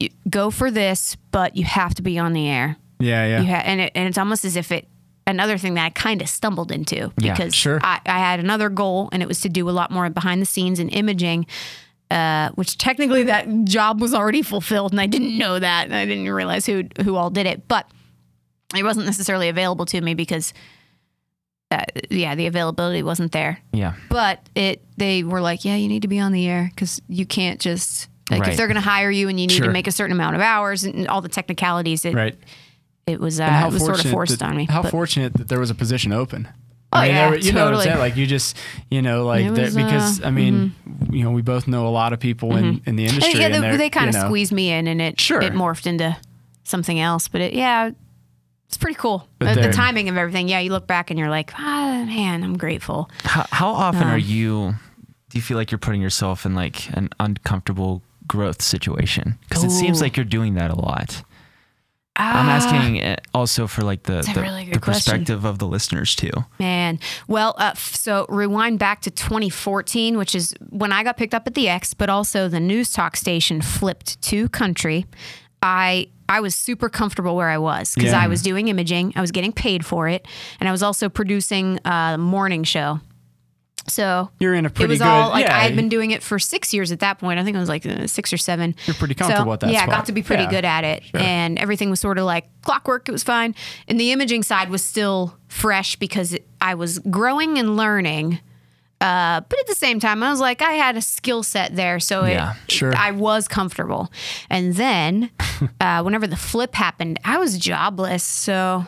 you, go for this, but you have to be on the air." Yeah, yeah. you ha- and, it, and it's almost as if it another thing that I kind of stumbled into Yeah, because sure. I, I had another goal and it was to do a lot more behind the scenes and imaging, uh, which technically that job was already fulfilled and I didn't know that and I didn't realize who who all did it, but it wasn't necessarily available to me because. Uh, yeah, the availability wasn't there, yeah, but it they were like, yeah, you need to be on the air because you can't just like Right. if they're going to hire you and you need Sure. to make a certain amount of hours and all the technicalities. It, Right. it was And uh, it was sort of fortunate forced that- on me. How but- fortunate that there was a position open. Oh, I mean, yeah, there were- you know what I'm totally. saying? Like you just, you know, like It that was, because uh, I mean, you know, we both know a lot of people in, in the And industry. yeah, mm-hmm. and they, they're, they kind of you know, squeezed me in, and it Sure. it morphed into something else. But it, yeah, it's pretty cool. Uh, But The- the they're- timing of everything. Yeah, you look back and you're like, ah, man, I'm grateful. How, how often Oh. are you? Do you feel like you're putting yourself in like an uncomfortable growth situation? Because it seems Ooh. Ah. like you're doing that a lot. I'm asking uh, also for like the a the, really good the question. perspective of the listeners too. Man, well, uh, f- so rewind back to 2014, which is when I got picked up at the X, but also the news talk station flipped to country. I I was super comfortable where I was because Yeah. I was doing imaging, I was getting paid for it, and I was also producing a morning show. So You're in a it pretty was good. all like yeah, I had been doing it for six years at that point. I think it was like uh, six or seven. You're pretty comfortable at that Yeah, I spot. got to be pretty Yeah. good at it, and everything was sort of like clockwork. It was fine, and the imaging side was still fresh because it, I was growing and learning. Uh, but at the same time, I was like, I had a skill set there, so it, Yeah, sure. I was comfortable. And then, <laughs> uh, whenever the flip happened, I was jobless, so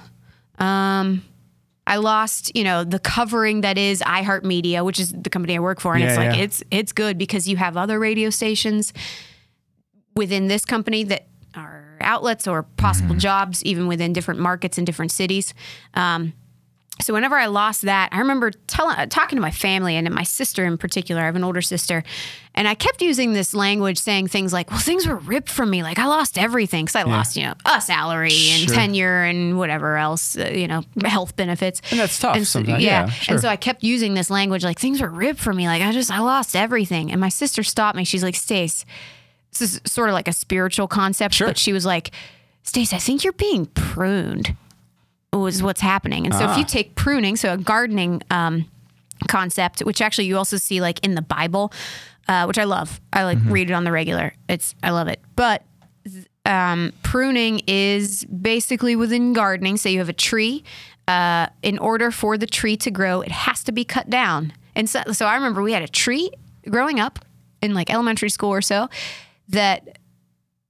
I lost, you know, the covering that is iHeartMedia, which is the company I work for, and Yeah, it's like yeah. it's it's good because you have other radio stations within this company that are outlets or possible Mm-hmm. jobs, even within different markets and different cities. Um, so whenever I lost that, I remember telling, talking to my family and my sister in particular. I have an older sister, and I kept using this language, saying things like, "Well, things were ripped from me. Like I lost everything because I lost, you know, a salary and Sure. tenure and whatever else, uh, you know, health benefits." And that's tough so- sometimes. Yeah, sure. And so I kept using this language, like things were ripped from me. Like I just, I lost everything. And my sister stopped me. She's like, Stace, this is sort of like a spiritual concept, Sure. but she was like, Stace, I think you're being pruned was what's happening. And so Ah. if you take pruning, so a gardening um, concept, which actually you also see like in the Bible, uh, which I love. I Mm-hmm. like read it on the regular. It's I love it. But th- um, pruning is basically within gardening. So you have a tree. Uh, in order for the tree to grow, it has to be cut down. And so, so I remember we had a tree growing up in like elementary school or so that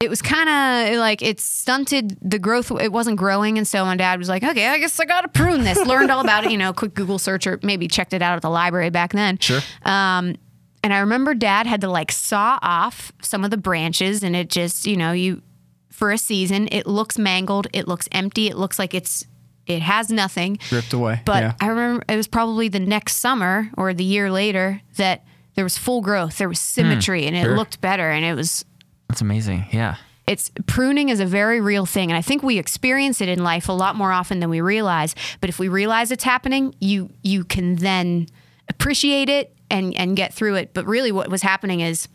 it was kind of like it stunted the growth. It wasn't growing. And so my dad was like, okay, I guess I got to prune this. Learned all about it, you know, quick Google search or maybe checked it out at the library back then. Sure. Um, and I remember dad had to like saw off some of the branches and it just, you know, you for a season, it looks mangled, it looks empty, it looks like it's, it has nothing. ripped away. But yeah. I remember it was probably the next summer or the year later that there was full growth, there was symmetry Hmm. and it looked better and it was That's amazing. Yeah. it's pruning is a very real thing and i think we experience it in life a lot more often than we realize but if we realize it's happening you you can then appreciate it and and get through it but really what was happening is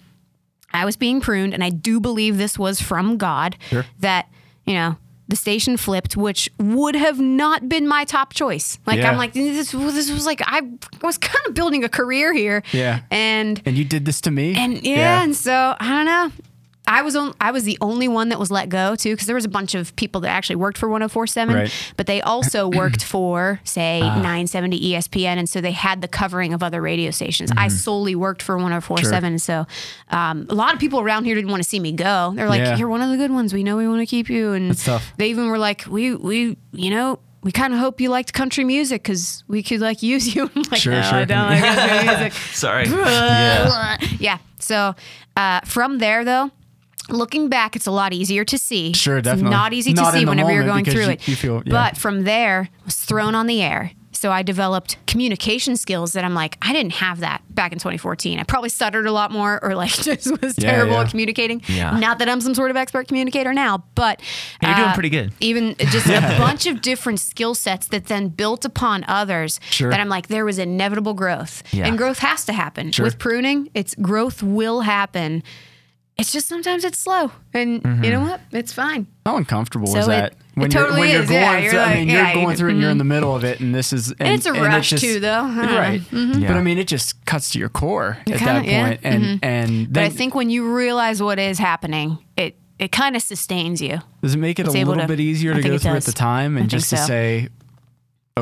i was being pruned and i do believe this was from god that you know the station flipped which would have not been my top choice like Yeah. i'm like this, this was like i was kind of building a career here Yeah. and and you did this to me. and yeah, and so I don't know. I was on, I was the only one that was let go too because there was a bunch of people that actually worked for 1047 Right. Ah. but they <clears throat> also worked for say E 970 ESPN and so they had the covering of other radio stations Mm-hmm. I solely worked for 1047 and so um, a lot of people around here didn't want to see me go they're like Yeah. you're one of the good ones we know we want to keep you and That's tough. they even were like we we you know we kind of hope you liked country music because we could like use you. <laughs> I'm like, Sure, no, I sure. don't. I <laughs> got country music Sorry. <laughs> yeah. So uh, from there, though, looking back, it's a lot easier to see. Sure, It's definitely. not easy to Not in see the whenever you're going moment through because it. you- you feel- yeah. But from there, I was thrown on the air. So I developed communication skills that I'm like, I didn't have that back in 2014. I probably stuttered a lot more or like <laughs> just was Yeah, terrible yeah. at communicating. Yeah. Not that I'm some sort of expert communicator now, but <laughs> uh, You're doing pretty good. Even just a <laughs> bunch of different skill sets that then built upon others Sure. that I'm like, there was inevitable growth. Yeah. And growth has to happen. With pruning, it's growth will happen. It's just sometimes it's slow. And Mm-hmm. you know what? It's fine. How uncomfortable So is it- that? it you're- totally you're, is, going yeah. You're through, I like, mean, yeah, you're you- going through and you're in the middle of it, and this is. And, it's a and it rush just- too, though. I don't know. Right. But Yeah. I mean, it just cuts to your core at kinda- that yeah. Mm-hmm. point, and and then But I think when you realize what is happening, it it kind of sustains you. does it make it a it's able little to- bit easier I to think go it through does. at the time I and think just to so. Mm-hmm. say,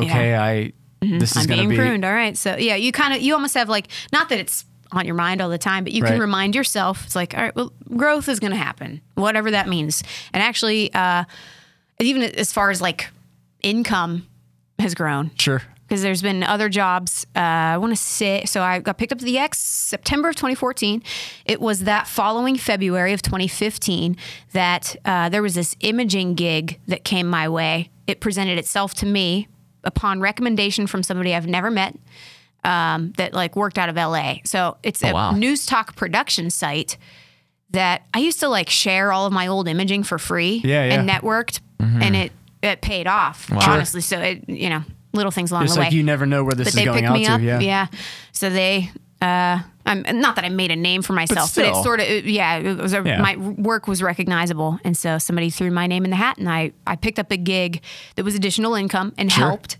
okay, I this is I'm going to being be pruned. All right. So yeah, you kind of you almost have like not that it's on your mind all the time, but you can Right. remind yourself. It's like all right, well, growth is going to happen, whatever that means. And actually, uh, even as far as like income has grown sure. because there's been other jobs. Uh, I want to say so. I got picked up at the X September of 2014. It was that following February of 2015 that uh, there was this imaging gig that came my way. It presented itself to me upon recommendation from somebody I've never met um, that like worked out of LA. So it's Oh, a wow. news talk production site that I used to like share all of my old imaging for free Yeah, yeah. and networked, and it it paid off honestly. So it you know little things along It's the way like you never know where this but is they going picked out me to. up. yeah. So they, uh, I'm not that I made a name for myself, but, still. it sort of, it- yeah, it was a, Yeah. my work was recognizable, and so somebody threw my name in the hat, and I I picked up a gig that was additional income and helped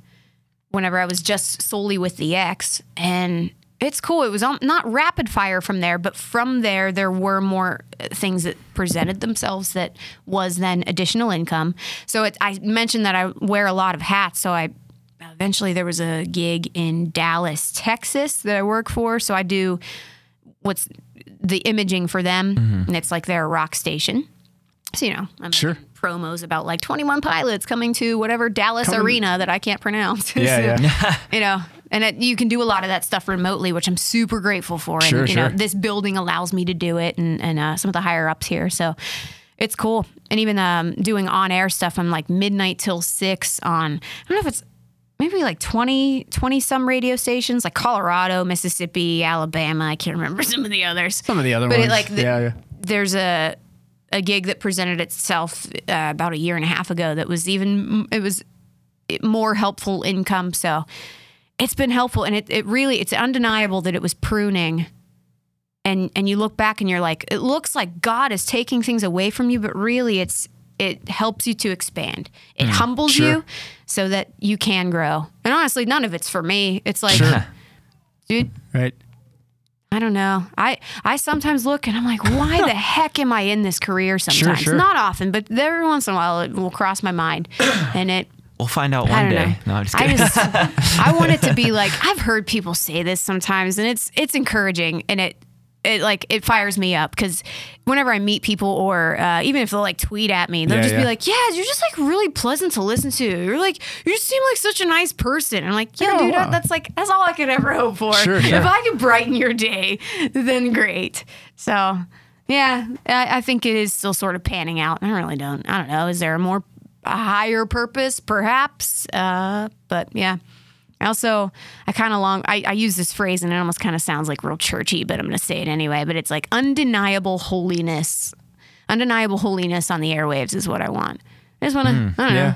whenever I was just solely with the X, and it's cool. It was um, not rapid fire from there, but from there there were more uh, things that presented themselves that was then additional income. So it, I mentioned that I wear a lot of hats, so I eventually there was a gig in Dallas, Texas that I work for, so I do what's the imaging for them, and it's like their rock station. So you know, Mm-hmm. I'm Sure. making promos about like 21 pilots coming to whatever Dallas arena that I can't pronounce. <laughs> So, Yeah, yeah. you know, and it, you can do a lot of that stuff remotely, which I'm super grateful for. Sure, and you know, sure. this building allows me to do it, and and uh, some of the higher ups here, so it's cool. And even um, doing on air stuff, I'm like midnight till six on. I don't know if it's maybe like 20 20 some radio stations like colorado mississippi alabama i can't remember <laughs> some of the others <laughs> Some of the other But it, ones. like, the- yeah, yeah. there's a a gig that presented itself uh, about a year and a half ago that was even it was more helpful income so it's been helpful and it, it really it's undeniable that it was pruning and and you look back and you're like it looks like god is taking things away from you but really it's it helps you to expand it humbles Mm, sure. you so that you can grow and honestly none of it's for me it's like Sure. dude Right. I don't know. I I sometimes look and I'm like, why the heck am I in this career sometimes? sure. Not often, but every once in a while it will cross my mind. And it We'll find out one I don't day. know. No, I'm just I <laughs> kidding. just I want it to be like I've heard people say this sometimes and it's it's encouraging and it it like it fires me up because whenever I meet people or uh, even if they'll like tweet at me, they'll Yeah, just be yeah. like, "Yeah, you're just like really pleasant to listen to. You're like you seem like such a nice person." And I'm like, "Yeah, Oh, dude, I- wow. that's like that's all I could ever hope for. Sure, If sure. I could brighten your day, then great." So. Yeah, I, I think it is still sort of panning out. I really don't. I don't know. Is there a more a higher purpose, perhaps? Uh, but yeah. I also, I kind of long, I, I use this phrase and it almost kind of sounds like real churchy, but I'm going to say it anyway. But it's like undeniable holiness. Undeniable holiness on the airwaves is what I want. I just want to, I don't Hmm, yeah. know,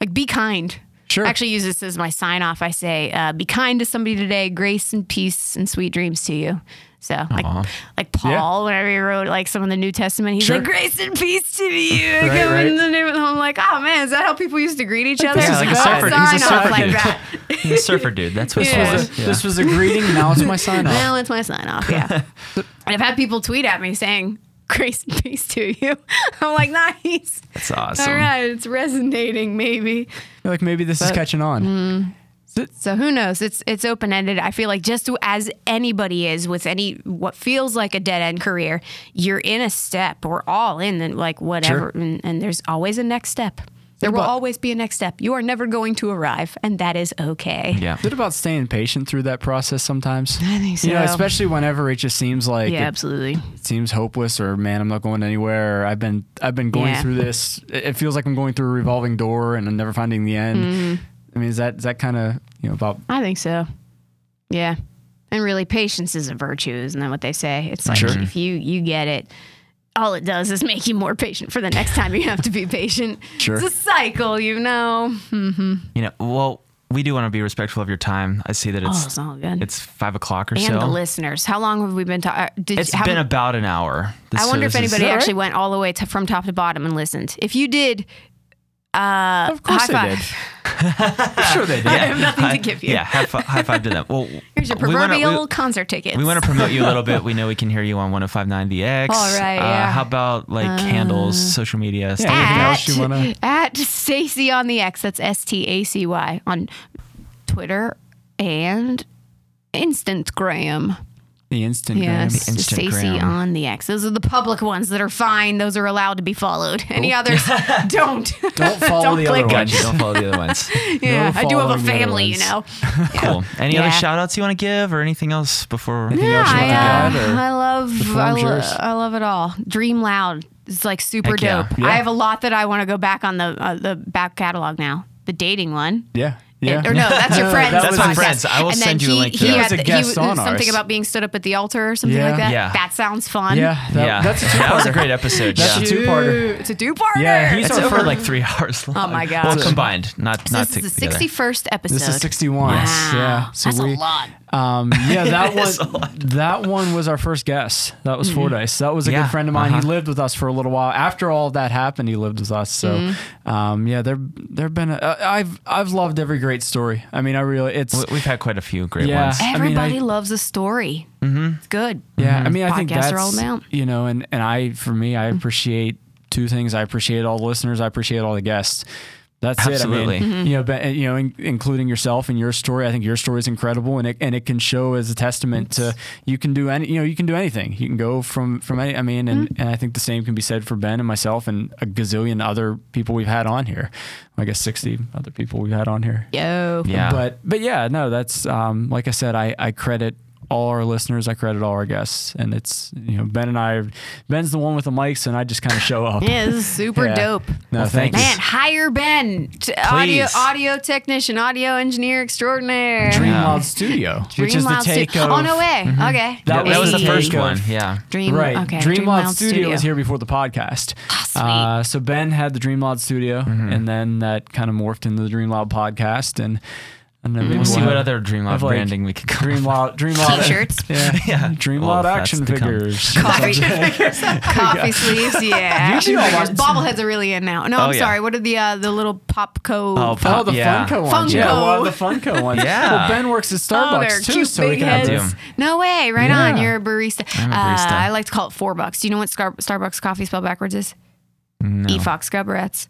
like be kind. Sure. I actually use this as my sign off. I say, uh, be kind to somebody today, grace and peace and sweet dreams to you. So, like, like Paul, whenever he wrote like some of the New Testament, he's Sure. like, grace and peace to you. Like, Right, I'm in right. the name of- I'm like, oh man, is that how people used to greet each other? this is Like, a oh, surfer- he's a sign off surfer like dude. that. <laughs> He's a surfer dude. That's what Yeah. it was. This, was a, this <laughs> was a greeting. Now it's my sign off. Well, it's my sign off, yeah. and I've had people tweet at me saying, grace and peace to you. <laughs> I'm like, nice. That's awesome. All right, it's resonating maybe. You're like maybe this is catching on. So who knows? It's it's open ended. I feel like just as anybody is with any what feels like a dead end career, you're in a step. We're all in the, like whatever, and, and there's always a next step. There will about- always be a next step. You are never going to arrive, and that is okay. Yeah. Is it about staying patient through that process sometimes? I think You know, so. especially whenever it just seems like Yeah, it- absolutely. seems hopeless or man i'm not going anywhere or i've been i've been going Yeah. through this it it feels like i'm going through a revolving door and i'm never finding the end Mm-hmm. i mean is that is that kind of you know about I think so. Yeah. And really patience is a virtue, isn't that what they say? It's like Sure. if you you get it, all it does is make you more patient for the next time you have to be patient. Sure. It's a cycle, you know. You know, well, we do want to be respectful of your time. I see that Oh, it's it's all good. it's five o'clock or and so. the listeners, how long have we been talking? Did It's you, have been about an hour. This- I so wonder if this is- anybody Is that actually went all the way to, from top to bottom and listened. If you did, uh, of course high they five. did sure they did <laughs> I have nothing to give you. Yeah, high five, high five to them. Well, <laughs> Here's your we wanna- we- proverbial concert tickets. We want to promote you a little <laughs> bit. We know we can hear you on 105.9 The X. All right, Uh, yeah. Uh, How about like handles, social media, stuff like anything that? else at, you wanna- at Stacy on the X. That's S T A C Y on Twitter and Instagram. <laughs> the instant Yes, Instagram. Stacy on the X. Those are the public ones that are fine. Those are allowed to be followed. Any Oh. others <laughs> don't. don't follow Don't the click other it. ones Gotcha. <laughs> Don't follow the other ones. <laughs> yeah, I do have a following the other family, you ones. know. Cool. Any other Yeah. shout outs you want to give or anything else before? Anything else you want I, to add, uh, or- I love perform I, lo- yours? I love it all. Dream loud. It's like super Heck yeah. dope. Yeah. I have a lot that I want to go back on the uh, the back catalog now. The dating one. yeah yeah Or no, that's <laughs> your friends. that That's was my a- friends. I will And then send you a he- link to he that. That had- was a he guest on Something ours. about being stood up at the altar or something Yeah. like that. Yeah. That sounds fun. yeah, that, yeah. that's a that was a two-parter. great episode. That's yeah. a two-parter. It's a two-parter. Yeah, he's It's our over first- like three <laughs> hours long. Oh my gosh. Well, combined, not So not this is the together. sixty-first episode. This is 61. Wow. Yeah. So That's we, a lot. Um, <laughs> yeah, that is Mm-hmm. was that one was our first guest. That was Fordyce. That was a Yeah, good friend of mine. uh-huh. He lived with us for a little while. After all that happened, he lived with us. So, Mm-hmm. um, yeah, there there've been. A, uh, I've I've loved every great story. I mean, I really it's We- We've had quite a few great Yeah. ones. I mean, I- Everybody loves a story. Mm-hmm. It's good. yeah. I mean, I think Podcasts that's are all about. Mm-hmm. you know, and and I for me, I appreciate two things. I appreciate all the listeners. I appreciate all the guests. That's Absolutely. it. I mean, Mm-hmm. you know, but, you know, in, including yourself and your story. I think your story is incredible, and it and it can show as a testament to you can do any. You know, you can do anything. You can go from from any. I mean, and, Mm-hmm. and I think the same can be said for Ben and myself and a gazillion other people we've had on here. I guess sixty other people we've had on here. Yo. Yeah. But but yeah, no, that's um, like I said, I, I credit all our listeners, I credit all our guests, and it's you know Ben and I, Ben's the one with the mics, and I just kind of show up. <laughs> Yeah, this is super Yeah. dope. No, Well, thank thank you. you. Man, hire Ben, t- audio Please. audio technician, audio engineer extraordinaire. Dream Yeah. Wild Studio, which is the Loud Stu- take of Mm-hmm. Oh no way. Okay. That That was that was the the first take of- one. Yeah. Dream. right. Okay. Dream, Wild, Studio, was <laughs> is here before the podcast. sweet. Uh, so Ben had the Dream Loud Studio, Mm-hmm. and then that kind of morphed into the Dream Loud podcast, and I don't know. Maybe Mm-hmm. We'll see have what other Dream Lab have, like, branding we can come Dream Loud, <laughs> Dream Loud T-shirts. <laughs> yeah, Dream Well, Loud that's action to come. figures. <laughs> <laughs> Coffee, <laughs> coffee sleeves, yeah. You should Action all figures. watch- Bobbleheads are really in now. No, Oh, I'm yeah. sorry. What are the uh, the little Popco? Oh, Oh, the Yeah. Funko ones. Funko. Yeah, well, the Funko ones. Yeah. Well, Ben works at Oh, Starbucks they're too, cute so we big can have do. heads. No way! Right on. Yeah. You're a barista. I'm a barista. Uh, I like to call it four bucks. Do you know what Scar- Starbucks coffee spelled backwards is? No. Efox Scubberets,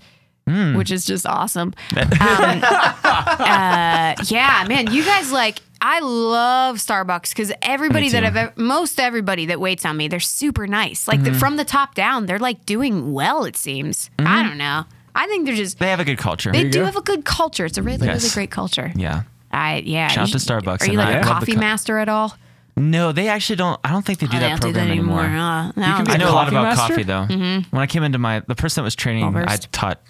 Hmm. which is <laughs> just awesome. um, uh, yeah, man, you guys like. I love Starbucks because everybody Me that too. I've ev- most everybody that waits on me, they're super nice. Like Mm-hmm. the, from the top down, they're like doing well. It seems. I don't know. I think they're just. They have a good culture. They Mm-hmm. you do go. have a good culture. It's a really, really Yes. great culture. yeah. I yeah. Shout you to should- Starbucks Are you and like I a love the coffee co- master at all? No, they actually don't. I don't think they do Oh, they that don't do program that anymore. anymore. huh? Mm-hmm. No, can be I a know a lot coffee about master? coffee though. When I came into my, the person that was training, I Well-versed. taught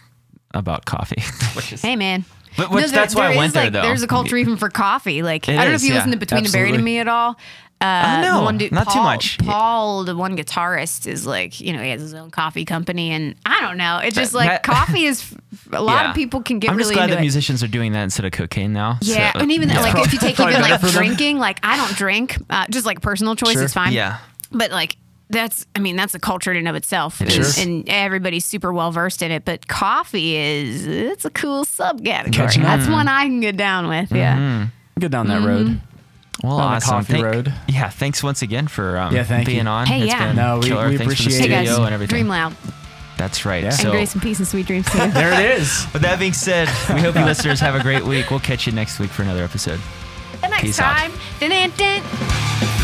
about <laughs> coffee. which <laughs> is- Hey man. But which- that's why I is, went there, like, though. There's a culture even for coffee. Like It I don't know is, if you yeah, listen to Between the Buried and absolutely. Me at all. Uh, no, the one dude, not too Paul- much. Paul, the one guitarist, is like you know he has his own coffee company, and I don't know. It's just That- like that- coffee is <laughs> f- a lot Yeah. of people can get I'm just really glad into that it. musicians are doing that instead of cocaine now. So, Yeah, and even yeah. like <laughs> if you take Probably even better like for them. drinking, like I don't drink, uh, just like personal choice, Sure. it's fine. Yeah. but like that's I mean that's a culture in and of itself, and, is. and everybody's super well versed in it. But coffee is it's a cool subcategory. Catching on. Mm-hmm. That's one I can get down with. Yeah, Get down that road. Well, On the awesome. coffee road. Yeah, thanks once again for um, Yeah, thank being you. on. Hey, It's yeah. been No, we- killer. we thanks for the appreciate Hey it. studio guys, and everything. dream loud That's right. Yeah. And So, and grace and peace and sweet <laughs> dreams to you. There it is. with that being said, we hope you listeners have a great week. We'll catch you next week for another episode. the next Peace out. time. Dun, dun, dun.